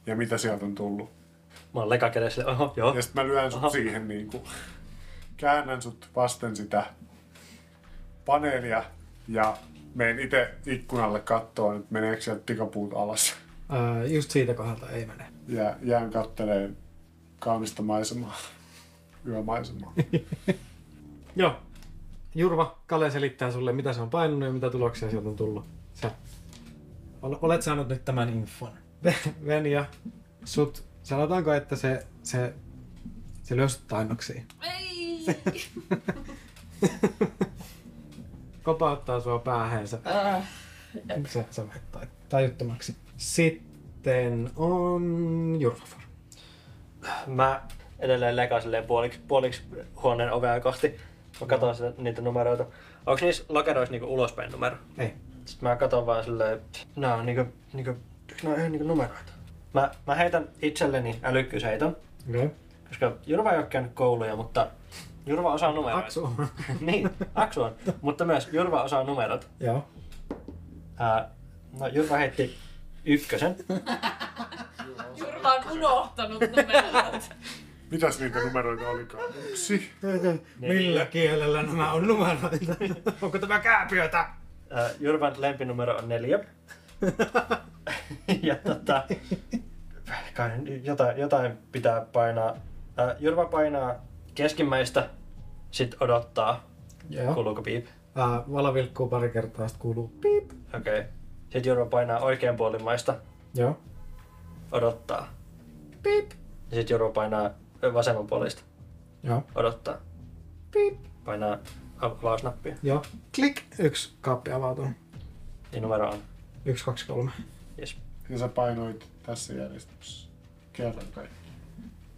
ja mitä sieltä on tullut.
Mä oon leka kädessä. Oho, joo.
Ja sitten mä lyön sut
Aha.
siihen niinku, käännän sut vasten sitä paneelia ja menen itse ikkunalle kattoon, että meneekö sieltä tikapuut alas.
Öö, just siitä kohdalta ei mene.
Ja jään katteleen kaunista maisemaa, [laughs] yömaisemaa.
Joo. Jurva, Kale selittää sulle, mitä se on painanut ja mitä tuloksia sieltä on tullut. Sä ol- olet saanut nyt tämän infon. [laughs] Ve- Venja, sut, sanotaanko, että se, se, se lyö sut tainnoksiin.
Ei!
Kopauttaa sua päähänsä.
Äh,
Sä, sä menet tai- tajuttomaksi. Sitten on Jurvafor.
Mä edelleen lekaan silleen puoliksi, puoliksi huoneen ovea kohti. Mä katson sitä, niitä numeroita. Onks niissä lokeroissa niinku ulospäin numero?
Ei.
Sitten mä katson vaan silleen, että nää on niinku, niinku, nää on ihan niinku numeroita. Mä, mä heitän itselleni älykkyysheiton,
Okei. Okay.
koska Jurva ei ole käynyt kouluja, mutta Jurva osaa numeroita.
Aksu on.
[laughs] niin, Aksu on. Mutta myös Jurva osaa numerot.
Joo.
Ää, no Jurva heitti ykkösen.
Jurva on unohtanut numerot.
Mitäs niitä numeroita olikaan? Yksi.
Millä kielellä nämä on numeroita? Onko tämä kääpiötä?
Ää, Jurvan Äh, lempinumero on neljä. [laughs] ja tota, kai jotain, jotain pitää painaa. Ää, Jurva painaa keskimmäistä, sit odottaa,
Joo.
kuuluuko piip.
Äh, vala vilkkuu pari kertaa, sitten kuuluu piip.
Okei. Okay. Sitten Jurva painaa oikeanpuolimmaista,
Joo.
odottaa.
Piip.
Ja sitten Jurva painaa vasemmanpuolista,
Joo.
odottaa.
Piip.
Painaa av- avausnappia.
Joo. Klik. Yksi kaappi avautuu.
Ja Niin numero on.
Yksi, kaksi, kolme.
Yes.
Ja sä painoit tässä järjestyksessä. Kerran kaikki.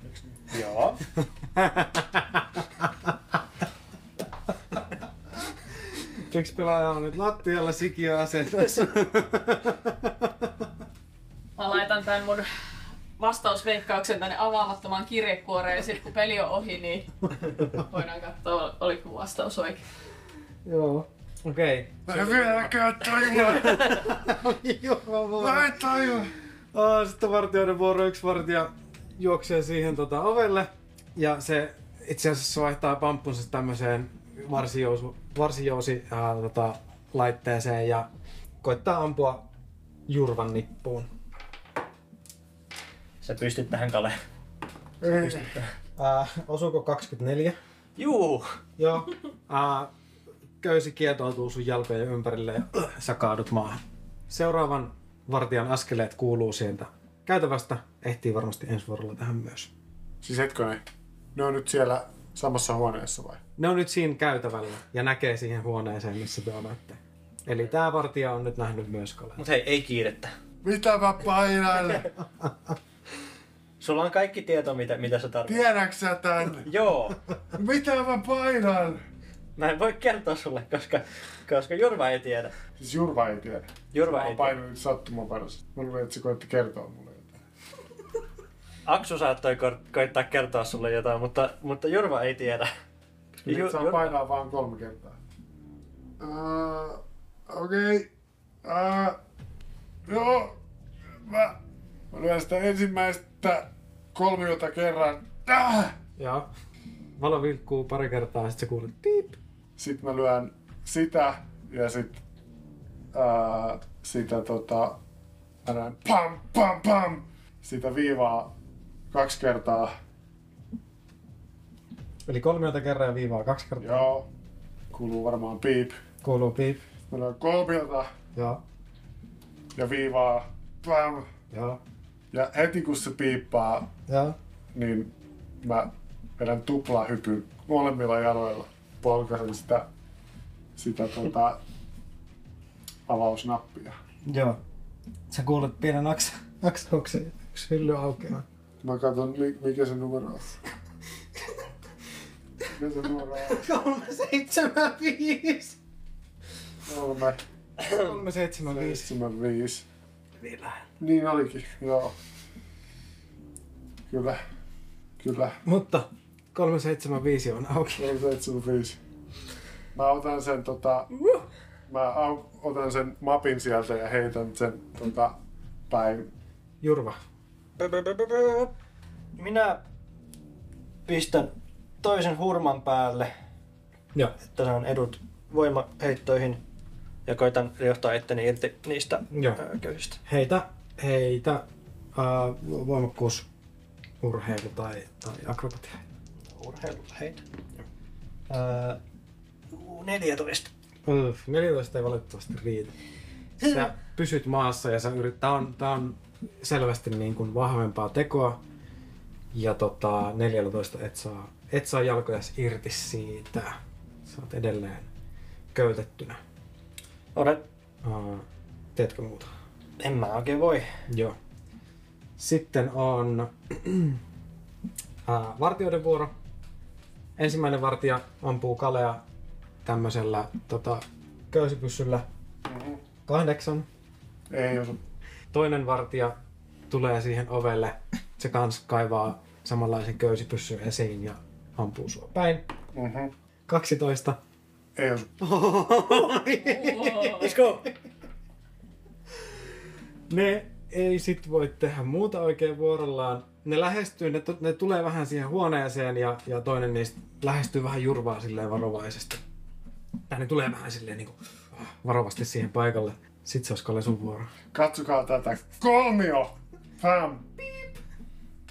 Eiks niin?
Joo.
Yksi pelaaja on nyt lattialla sikiöasennossa.
Mä laitan tämän mun vastausveikkauksen tänne avaamattomaan kirjekuoreen ja sitten kun peli on ohi, niin voidaan katsoa, oliko vastaus oikein.
Joo. Okei.
Mä en vieläkään tajua! Mä
Okay.
en tajua!
Sitten vartijoiden vuoro. Yksi vartija juoksee siihen tota ovelle. Ja se itse asiassa vaihtaa pamppunsa tämmöiseen varsijousu, varsijousi äh, tota, laitteeseen ja koittaa ampua jurvan nippuun.
Sä pystyt tähän Kale.
Äh, osuuko 24?
Juu.
Joo. Äh, köysi kietoutuu sun jalkojen ympärille ja äh, sä kaadut maahan. Seuraavan vartijan askeleet kuuluu sieltä käytävästä. Ehtii varmasti ensi vuorolla tähän myös.
Siis hetkone, ne on nyt siellä samassa huoneessa vai?
Ne on nyt siinä käytävällä ja näkee siihen huoneeseen, missä te olette. Eli tää vartija on nyt nähnyt myös kalan.
Mut hei, ei kiirettä.
Mitä mä painailen?
Sulla on kaikki tieto, mitä, mitä sä tarvitset.
Tiedäks sä tän?
Joo.
Mitä mä painan?
Mä en voi kertoa sulle, koska, koska Jurva ei tiedä.
Siis Jurva ei tiedä.
Jurva
Mä
ei
oon painanut sattumanvaraisesti. Mä luulen, että se koitti kertoa mulle jotain.
tiedä. Aksu saattoi ko- koittaa kertoa sulle jotain, mutta, mutta Jurva ei tiedä.
Ju-
Ju-
saa
Jurva-
painaa vaan kolme kertaa. Uh, Okei. Okay. Uh, joo. Mä, mä lyön sitä ensimmäistä kolmiota kerran. Ah!
Joo. Valo vilkkuu pari kertaa, sit sä kuulet piip.
Sitten mä lyön sitä ja sit ää, sitä tota, mä lyön pam pam pam sitä viivaa kaksi kertaa.
Eli kolmiota kerran ja viivaa kaksi kertaa.
Joo, kuuluu varmaan piip.
Kuuluu piip.
Mä lyön kolmiota
Joo.
ja viivaa pam.
Joo.
Ja heti kun se piippaa,
Joo.
niin mä vedän tuplahypyn molemmilla jaloilla. Polkasen sitä, sitä tota, avausnappia.
Joo. Sä kuulet pienen aks- aksauksen, yksi hylly aukeaa.
Mä katson, mi- mikä se numero on. Mikä se numero on?
375!
Kolme,
375.
seitsemän, viisi.
niin lähellä.
Niin olikin, joo. Kyllä. Kyllä.
Mutta 375 on auki.
375. Mä otan sen tota... Mä au- otan sen mapin sieltä ja heitän sen tota päin.
Jurva.
Pö, pö, pö, pö, pö. Minä pistän toisen hurman päälle,
Joo.
että saan edut voimaheittoihin ja koitan johtaa itteni irti niistä
Joo.
ää, köysistä.
Heitä, heitä uh, voimakkuus, urheilu tai, tai akrobatia.
Urheilulla heitä. Ää, juu, 14.
Öf, 14 ei valitettavasti riitä. Sä pysyt maassa ja sä yrit... Tää on, tää on selvästi niin kuin vahvempaa tekoa. Ja tota, 14 et saa, et saa jalkoja irti siitä. Sä oot edelleen köytettynä.
Olet,
Uh, teetkö muuta?
en mä oikein voi.
Joo. Sitten on [clears throat] ää, vartijoiden vuoro. Ensimmäinen vartija ampuu kalea tämmöisellä tota, köysipyssyllä kahdeksan.
Ei osu.
Toinen vartija tulee siihen ovelle. Se kans kaivaa samanlaisen köysipyssyn esiin ja ampuu sua päin.
Mhm.
12.
Ei osu.
Wow.
go! Ne ei sit voi tehdä muuta oikein vuorollaan. Ne lähestyy, ne, t- ne tulee vähän siihen huoneeseen ja, ja toinen niistä lähestyy vähän jurvaa silleen varovaisesti. Tai ne tulee vähän silleen niin kuin, varovasti siihen paikalle. Sitten se olisi Kalle sun vuoro.
Katsokaa tätä. Kolmio! Pam! Piip!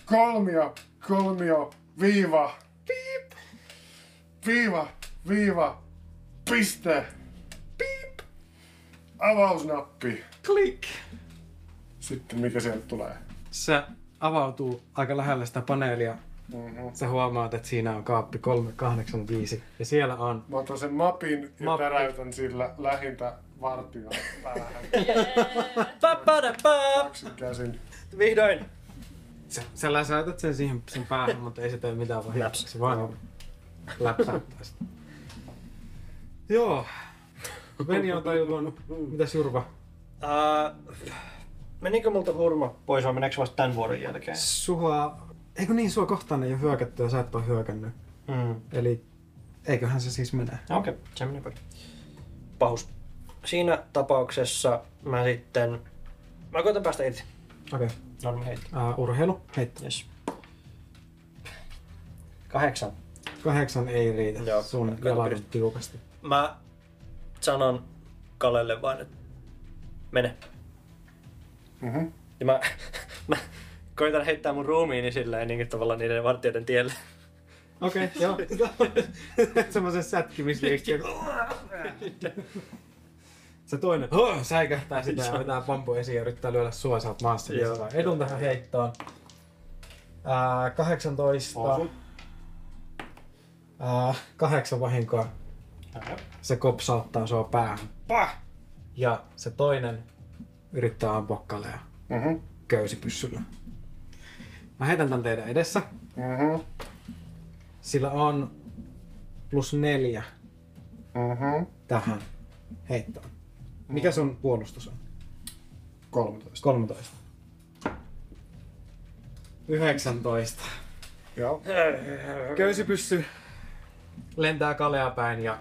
Kolmio! Kolmio! Viiva! Piip! Viiva! Viiva! Piste! Piip! Avausnappi.
Klik!
Sitten mikä sieltä tulee?
Se avautuu aika lähellä sitä paneelia.
Mhm.
Sä huomaat, että siinä on kaappi 385 ja siellä on
Mä otan sen mapin ja
Mappi.
täräytän sillä lähintä vartijaa päähän
Papadapa!
kaksin käsin.
Vihdoin!
Sä, sä läsäytät sen siihen sen päähän, mutta ei se tee mitään vahinkoa.
Läps.
Se vaan läpsäyttää sitä. Joo. Veni on tajunnut. Mitäs Jurva?
Ää, Äh, menikö multa hurma pois vai meneekö vasta tämän vuoron jälkeen?
Sua... Eikö niin, sua kohtaan ei ole hyökätty ja sä et ole hyökännyt.
Mm.
Eli eiköhän se siis mene.
Okei, okay. se meni pois. Pahus. Siinä tapauksessa mä sitten... Mä koitan päästä irti.
Okei.
Normi heitti.
Okay. Uh, urheilu. Heitto.
Yes. Kahdeksan.
Kahdeksan ei riitä.
Joo.
Sun
Kato
jalat on
pidetty.
tiukasti.
Mä sanon Kalelle vaan, että mene.
Mhm.
Ja mä, [laughs] mä koitan heittää mun ruumiini silleen niin tavallaan niiden vartijoiden tielle.
Okei, okay, joo. [laughs] Semmoisen sätkimisliikkeen. Se toinen oh, säikähtää sitä ja vetää pampu esiin ja yrittää lyödä sua ja sä oot maassa. Niin
Joo.
se saa edun tähän heittoon. Ää, 18.
Osu.
Ää, kahdeksan vahinkoa. Se kopsauttaa sua päähän.
Pah!
Ja se toinen yrittää ampua kalea
Mhm.
köysipyssyllä. Mä heitän tän teidän edessä.
Mhm.
Sillä on plus neljä
Mhm.
tähän heittoon. Mikä sun puolustus on?
13.
13. 19.
Joo.
Köysipyssy lentää kalea päin ja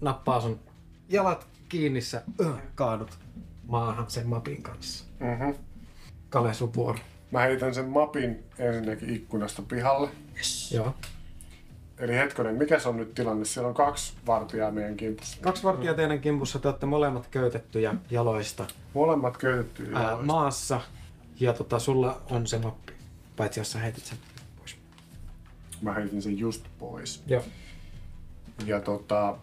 nappaa sun jalat kiinni, sä öö, kaadut maahan sen mapin kanssa.
Mhm.
Kale sun vuoro.
Mä heitän sen mapin ensinnäkin ikkunasta pihalle.
Joo.
Eli hetkonen, mikä se on nyt tilanne? Siellä on kaksi vartijaa meidän kimpussa.
Kaksi vartijaa teidän kimpussa, te olette molemmat köytettyjä jaloista,
Molemmat köytettyjä
Ää,
jaloista.
maassa. Ja tota, sulla on se mappi, paitsi jos sä heitit sen pois.
Mä heitin sen just pois.
Joo.
Ja tota,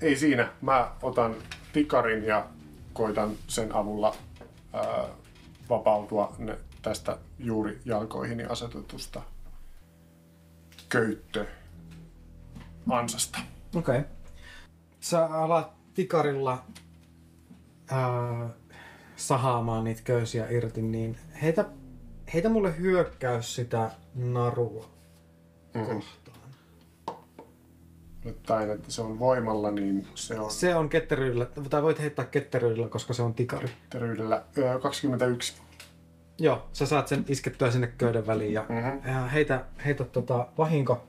ei siinä. Mä otan tikarin ja koitan sen avulla ää, vapautua ne, tästä juuri jalkoihini asetetusta köyttö ansasta.
Okei. Okay. Sä alat tikarilla ää, sahaamaan niitä köysiä irti, niin heitä, heitä mulle hyökkäys sitä narua
Mhm.
kohtaan.
jotain, että se on voimalla, niin se on
Se on ketteryydellä, tai voit heittää ketteryydellä, koska se on tikari.
terveydellä öö, 21.
Joo, sä saat sen iskettyä sinne köyden väliin ja
Mhm.
ja heitä, heitä tota vahinko,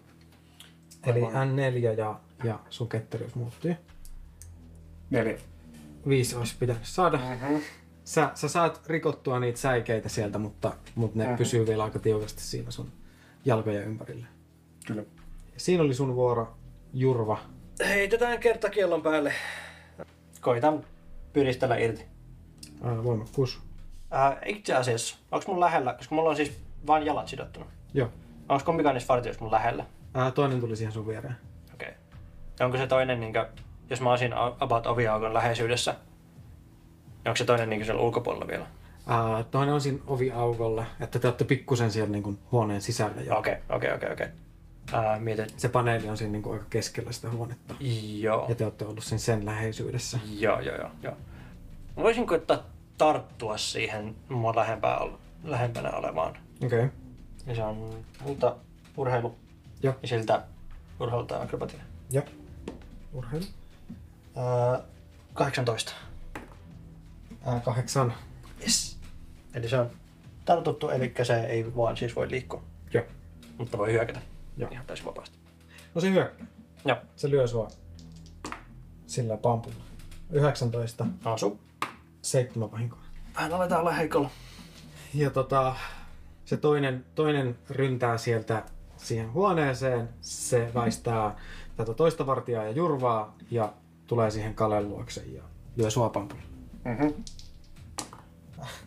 eli
Aivan.
N4 ja, ja sun ketteryys muuttuu.
Neljä.
Viisi olisi pitänyt saada.
Mhm.
Sä, sä saat rikottua niitä säikeitä sieltä, mutta, mutta ne
Mhm.
pysyy vielä aika tiukasti siinä sun jalkojen ympärillä.
Kyllä.
Siinä oli sun vuoro, Jurva.
Heitetään kerta kiellon päälle. Koitan pyristellä irti.
Ää, äh, voimakkuus.
Ää, itse asiassa, onko mun lähellä, koska mulla on siis vain jalat sidottuna.
Joo.
Onko mikään niistä vartijoista mun lähellä?
Ää, Äh, toinen tuli siihen sun viereen.
Okei. Okay. Onko se toinen, niin kuin, jos mä olisin a- about oviaukon läheisyydessä, niin onko se toinen niin siellä ulkopuolella vielä?
Ää, Äh, toinen on siinä oviaukolla, että te olette pikkusen siellä niin kuin huoneen sisällä. Ja
Okei, okei, okei, okei. Ää, Mietin,
Se paneeli on siinä niin kuin aika keskellä sitä huonetta.
joo.
Ja te olette ollut sen, sen läheisyydessä.
Joo, joo, joo, joo. Voisin koittaa tarttua siihen mua lähempää, ol- lähempänä olevaan.
Okei. Okay.
Ja se on multa urheilu
Joo.
ja siltä urheilulta akrobatia.
Ja. Urheilu.
Öö, 18.
Ää, kahdeksan.
Yes. Eli se on tartuttu, eli se ei vaan siis voi liikkua,
Joo.
mutta voi hyökätä.
Joo.
Ihan täysin vapaasti.
No se hyökkää.
Joo.
Se lyö sua sillä pampulla. 19,
Asu.
7 vahinkoa.
Vähän aletaan olla heikolla.
Ja tota, se toinen, toinen ryntää sieltä siihen huoneeseen. Se väistää tätä toista vartijaa ja jurvaa ja tulee siihen Kalen luokse ja lyö sua pampulla.
Mhm.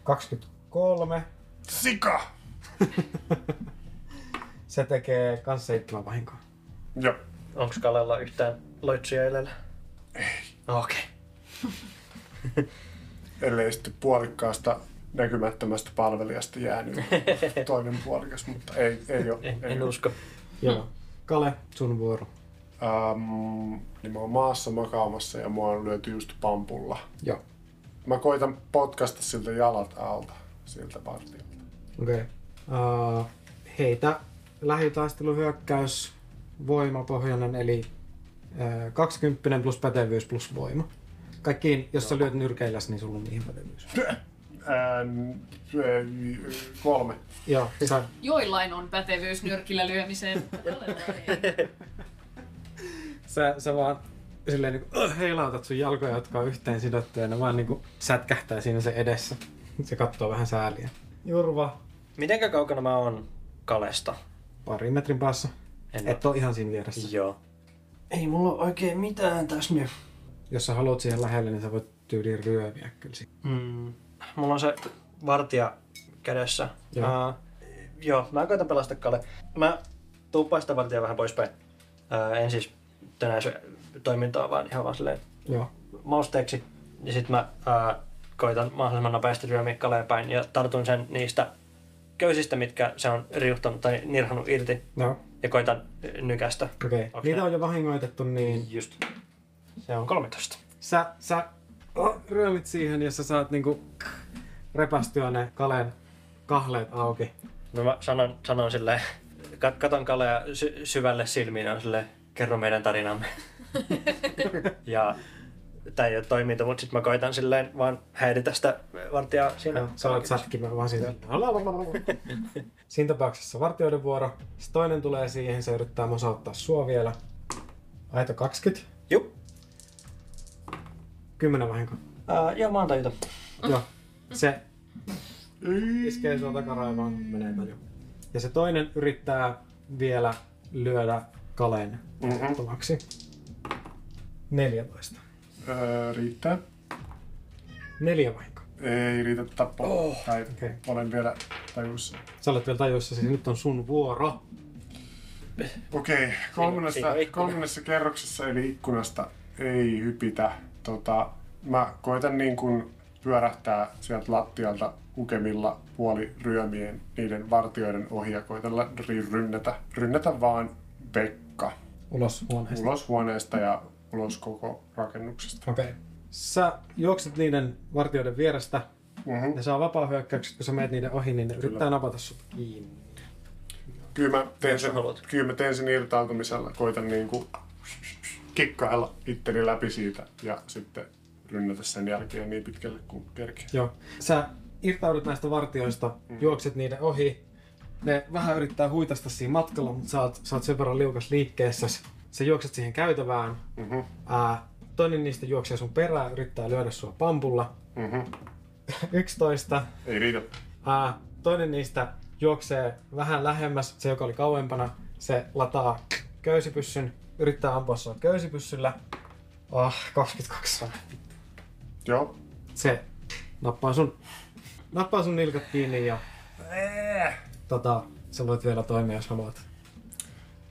23.
Sika!
Se tekee kans seitsemän vahinkoa.
Joo.
Onko Kalella yhtään loitsuja jäljellä? Ei. Okei. Okay.
Ellei sitten puolikkaasta näkymättömästä palvelijasta
[laughs]
jäänyt toinen puolikas, mutta ei, ei ole.
En, en usko.
Joo. Kale, sun vuoro.
Um, niin mä oon maassa makaamassa ja mua on lyöty just pampulla.
Joo.
Mä koitan potkasta siltä jalat alta, siltä partiolta.
Okei. Okay. Uh, heitä lähitaisteluhyökkäys, voimapohjainen, eli uh, 20 plus pätevyys plus voima. Kaikkiin, jos sä lyöt nyrkeilläs, niin sulla on niihin [laughs] pätevyys.
Ähm, äh, kolme.
Joo, sä,
Joillain on pätevyys nyrkillä lyömiseen. Joillain ei.
sä, sä vaan silleen niin kuin, heilautat sun jalkoja, jotka on yhteen sidottuja, ja ne vaan niin kuin, sätkähtää siinä se edessä. [laughs] Se katsoo vähän sääliä. Jurva,
Mitenkä kaukana mä oon Kalesta?
pari metrin päässä.
En
Et ole ihan siinä vieressä.
Joo. Ei mulla ole oikein mitään tässä nyt.
Jos sä haluat siihen lähelle, niin sä voit tyyliin ryöviä kyllä siinä.
Mm. Mulla on se vartija kädessä.
Joo.
Joo. Uh, joo, mä koitan pelastaa Kalle. Mä tuuppaan sitä vartijaa vähän poispäin. Uh, en siis tönäisy toimintaa, vaan ihan vaan silleen
Joo.
mausteeksi. Ja sit mä uh, koitan mahdollisimman nopeasti ryömiä Kalleen päin ja tartun sen niistä köysistä, mitkä se on riuhtanut tai nirhannut irti.
No,
Ja koitan äh, nykästä.
okei. Okay.
Onks
Niitä
nää-
on jo vahingoitettu, niin
Just. Se on 13.
sä, sä oh, ryömit siihen ja sä saat niinku repästyä ne Kalen kahleet auki.
No mä sanon, sanon silleen, kat- katon Kalea sy- syvälle silmiin ja on silleen, kerro meidän [laughs] tarinamme. ja tää ei ole toiminta, mutta sit mä koitan silleen vaan häiritä sitä vartijaa siinä.
Sä olet sätkimään vaan siitä. [laughs] Siinä tapauksessa vartijoiden vuoro. Sitten toinen tulee siihen, se yrittää mosauttaa sua vielä. Aito 20.
Jup.
10 vahinkoa.
Uh, joo, mä oon tajuta.
Joo. Se iskee sua takaraivaan, kun menee taju. Ja se toinen yrittää vielä lyödä Kalen tavaksi. 14.
Öö, riittää.
Neljä vahinkoa.
Ei riitä tappaa. Oh, tai
okei.
okay. olen vielä tajussa.
Sä olet vielä tajuissasi, nyt on sun vuoro.
Okei, okay. kolmannessa,
siinä on ikkuna.
kolmannessa kerroksessa eli ikkunasta ei hypitä. Tota, mä koitan niin kuin pyörähtää sieltä lattialta ukemilla puoliryömien niiden vartioiden ohi ja koitan lä- ry- rynnätä. Rynnätä vaan Pekka
Ulos huoneesta.
ulos huoneesta ja ulos koko rakennuksesta.
Okei. Okay. Sä juokset niiden vartijoiden vierestä.
Mhm.
Ne saa vapaa hyökkäykset, kun sä meet niiden ohi, niin ne yrittää napata sut kiinni.
Kyllä mä teen
Jos sä
sen,
haluat.
kyllä mä teen sen irtautumisella. Koitan niinku kikkailla itteni läpi siitä ja sitten rynnätä sen jälkeen niin pitkälle kuin kerkeä.
Joo. Sä irtaudut näistä vartioista, juokset niiden ohi. Ne vähän yrittää huitasta siinä matkalla, mutta sä oot, sä oot sen verran liukas liikkeessä. Sä juokset siihen käytävään. Mm-hmm. Ää, toinen niistä juoksee sun perään, yrittää lyödä sua pampulla. [laughs]
Mm-hmm.
11.
Ei riitä.
Ää, toinen niistä juoksee vähän lähemmäs, se joka oli kauempana. Se lataa köysipyssyn, yrittää ampua sua köysipyssyllä. Ah, 22 on.
Joo.
Se nappaa sun, nappaa sun nilkat kiinni ja
Äh.
tota, sä voit vielä toimia, jos haluat.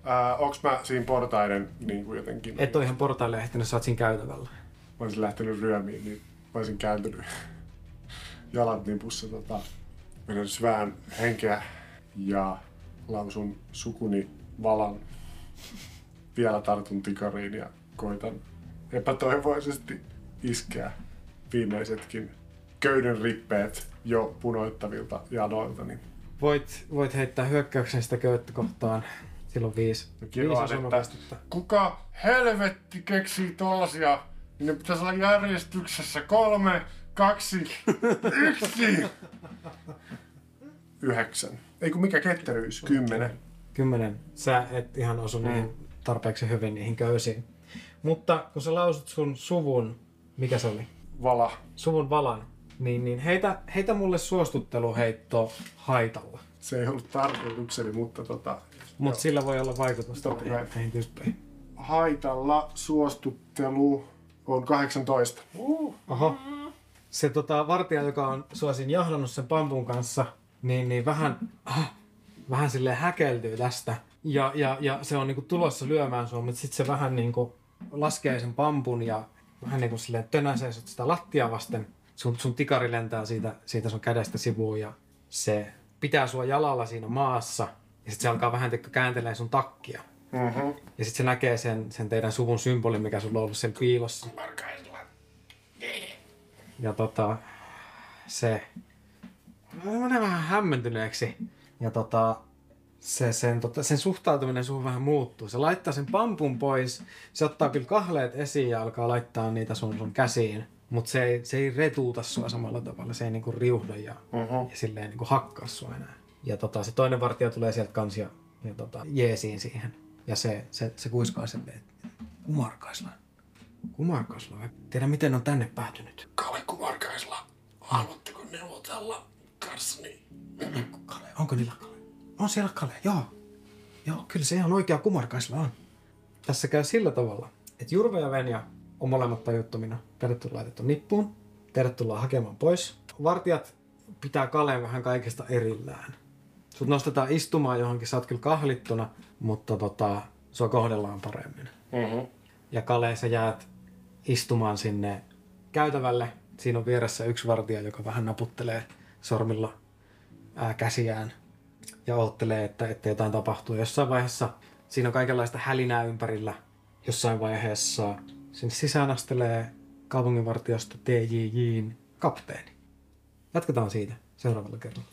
Ää, Äh, onks mä siinä portaiden niin kuin jotenkin?
Et ole ihan portaille ehtinyt, sä oot siinä käytävällä.
Mä olisin lähtenyt ryömiin, niin mä olisin kääntynyt [laughs] jalat nipussa tota, menen syvään henkeä ja lausun sukuni valan. Vielä tartun tikariin ja koitan epätoivoisesti iskeä viimeisetkin köyden rippeet jo punoittavilta niin janoiltani.
Voit, voit heittää hyökkäyksen sitä köyttä kohtaan. Silloin viisi.
Kiva,
Niin osumapistettä.
että kuka helvetti keksii tollasia, niin ne pitäisi olla järjestyksessä kolme, kaksi, yksi. Yhdeksän. Ei kun mikä ketteryys? Kymmenen.
Kymmenen. Sä et ihan osu mm. niihin tarpeeksi hyvin niihin köysiin. Mutta kun sä lausut sun suvun, mikä se oli?
Vala.
Suvun valan, niin, niin heitä, heitä mulle suostutteluheitto haitalla.
Se ei ollut tarkoitukseni, mutta tota...
Mutta sillä voi olla vaikutusta
Totta kai.
näihin tyyppeihin.
Haitalla suostuttelu on 18.
Aha. Se tota, vartija, joka on suosin jahdannut sen pampun kanssa, niin, niin vähän, ah, vähän silleen häkeltyy tästä. Ja, ja, ja se on niinku tulossa lyömään sua, mutta sitten se vähän niinku laskee sen pampun ja vähän niinku silleen tönäsee sut sitä lattia vasten. Sun, sun tikari lentää siitä, siitä sun kädestä sivuun ja se pitää sua jalalla siinä maassa. Ja sitten se alkaa vähän tiedätkö, kääntelee sun takkia.
Mhm.
Ja sitten se näkee sen, sen teidän suvun symbolin, mikä sulla on ollut sen piilossa. Ja tota, se menee vähän hämmentyneeksi. Ja tota, se, sen, tota, sen suhtautuminen suhun vähän muuttuu. Se laittaa sen pampun pois, se ottaa kyllä kahleet esiin ja alkaa laittaa niitä sun, sun käsiin. Mutta se ei, se ei retuuta sua samalla tavalla, se ei niinku riuhda ja,
Mhm.
ja silleen niinku hakkaa sua enää. Ja tota, se toinen vartija tulee sieltä kans ja, ja tota, jeesiin siihen. Ja se, se, se kuiskaa sen, että kumarkaisla. Kumarkaisla, vai? tiedä miten ne on tänne päätynyt.
Kalle Kumarkaisla, haluatteko neuvotella kanssani?
Kale, onko niillä Kale? On siellä Kale, joo. Joo, kyllä se ihan oikea kumarkaisla on. Tässä käy sillä tavalla, että Jurve ja Venja on molemmat tajuttomina. Teidät tullaan laitettu nippuun, teidät tullaan hakemaan pois. Vartijat pitää Kaleen vähän kaikesta erillään. Sut nostetaan istumaan johonkin, sä oot kyllä kahlittuna, mutta tota, sua kohdellaan paremmin
Mhm.
ja Kale, sä jäät istumaan sinne käytävälle. Siinä on vieressä yksi vartija, joka vähän naputtelee sormilla ää, käsiään ja oottelee, että, että jotain tapahtuu. Jossain vaiheessa siinä on kaikenlaista hälinää ympärillä. Jossain vaiheessa sinne sisään astelee kaupunginvartiosta TJJin kapteeni. Jatketaan siitä seuraavalla kerralla.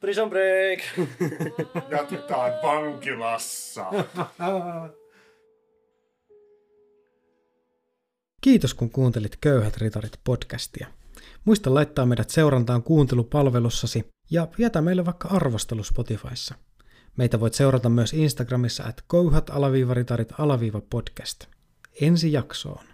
Prison break!
Jatketaan vankilassa.
Kiitos kun kuuntelit Köyhät ritarit podcastia. Muista laittaa meidät seurantaan kuuntelupalvelussasi ja jätä meille vaikka arvostelu Spotifyssa. Meitä voit seurata myös Instagramissa at köyhät-ritarit-podcast. Ensi jaksoon.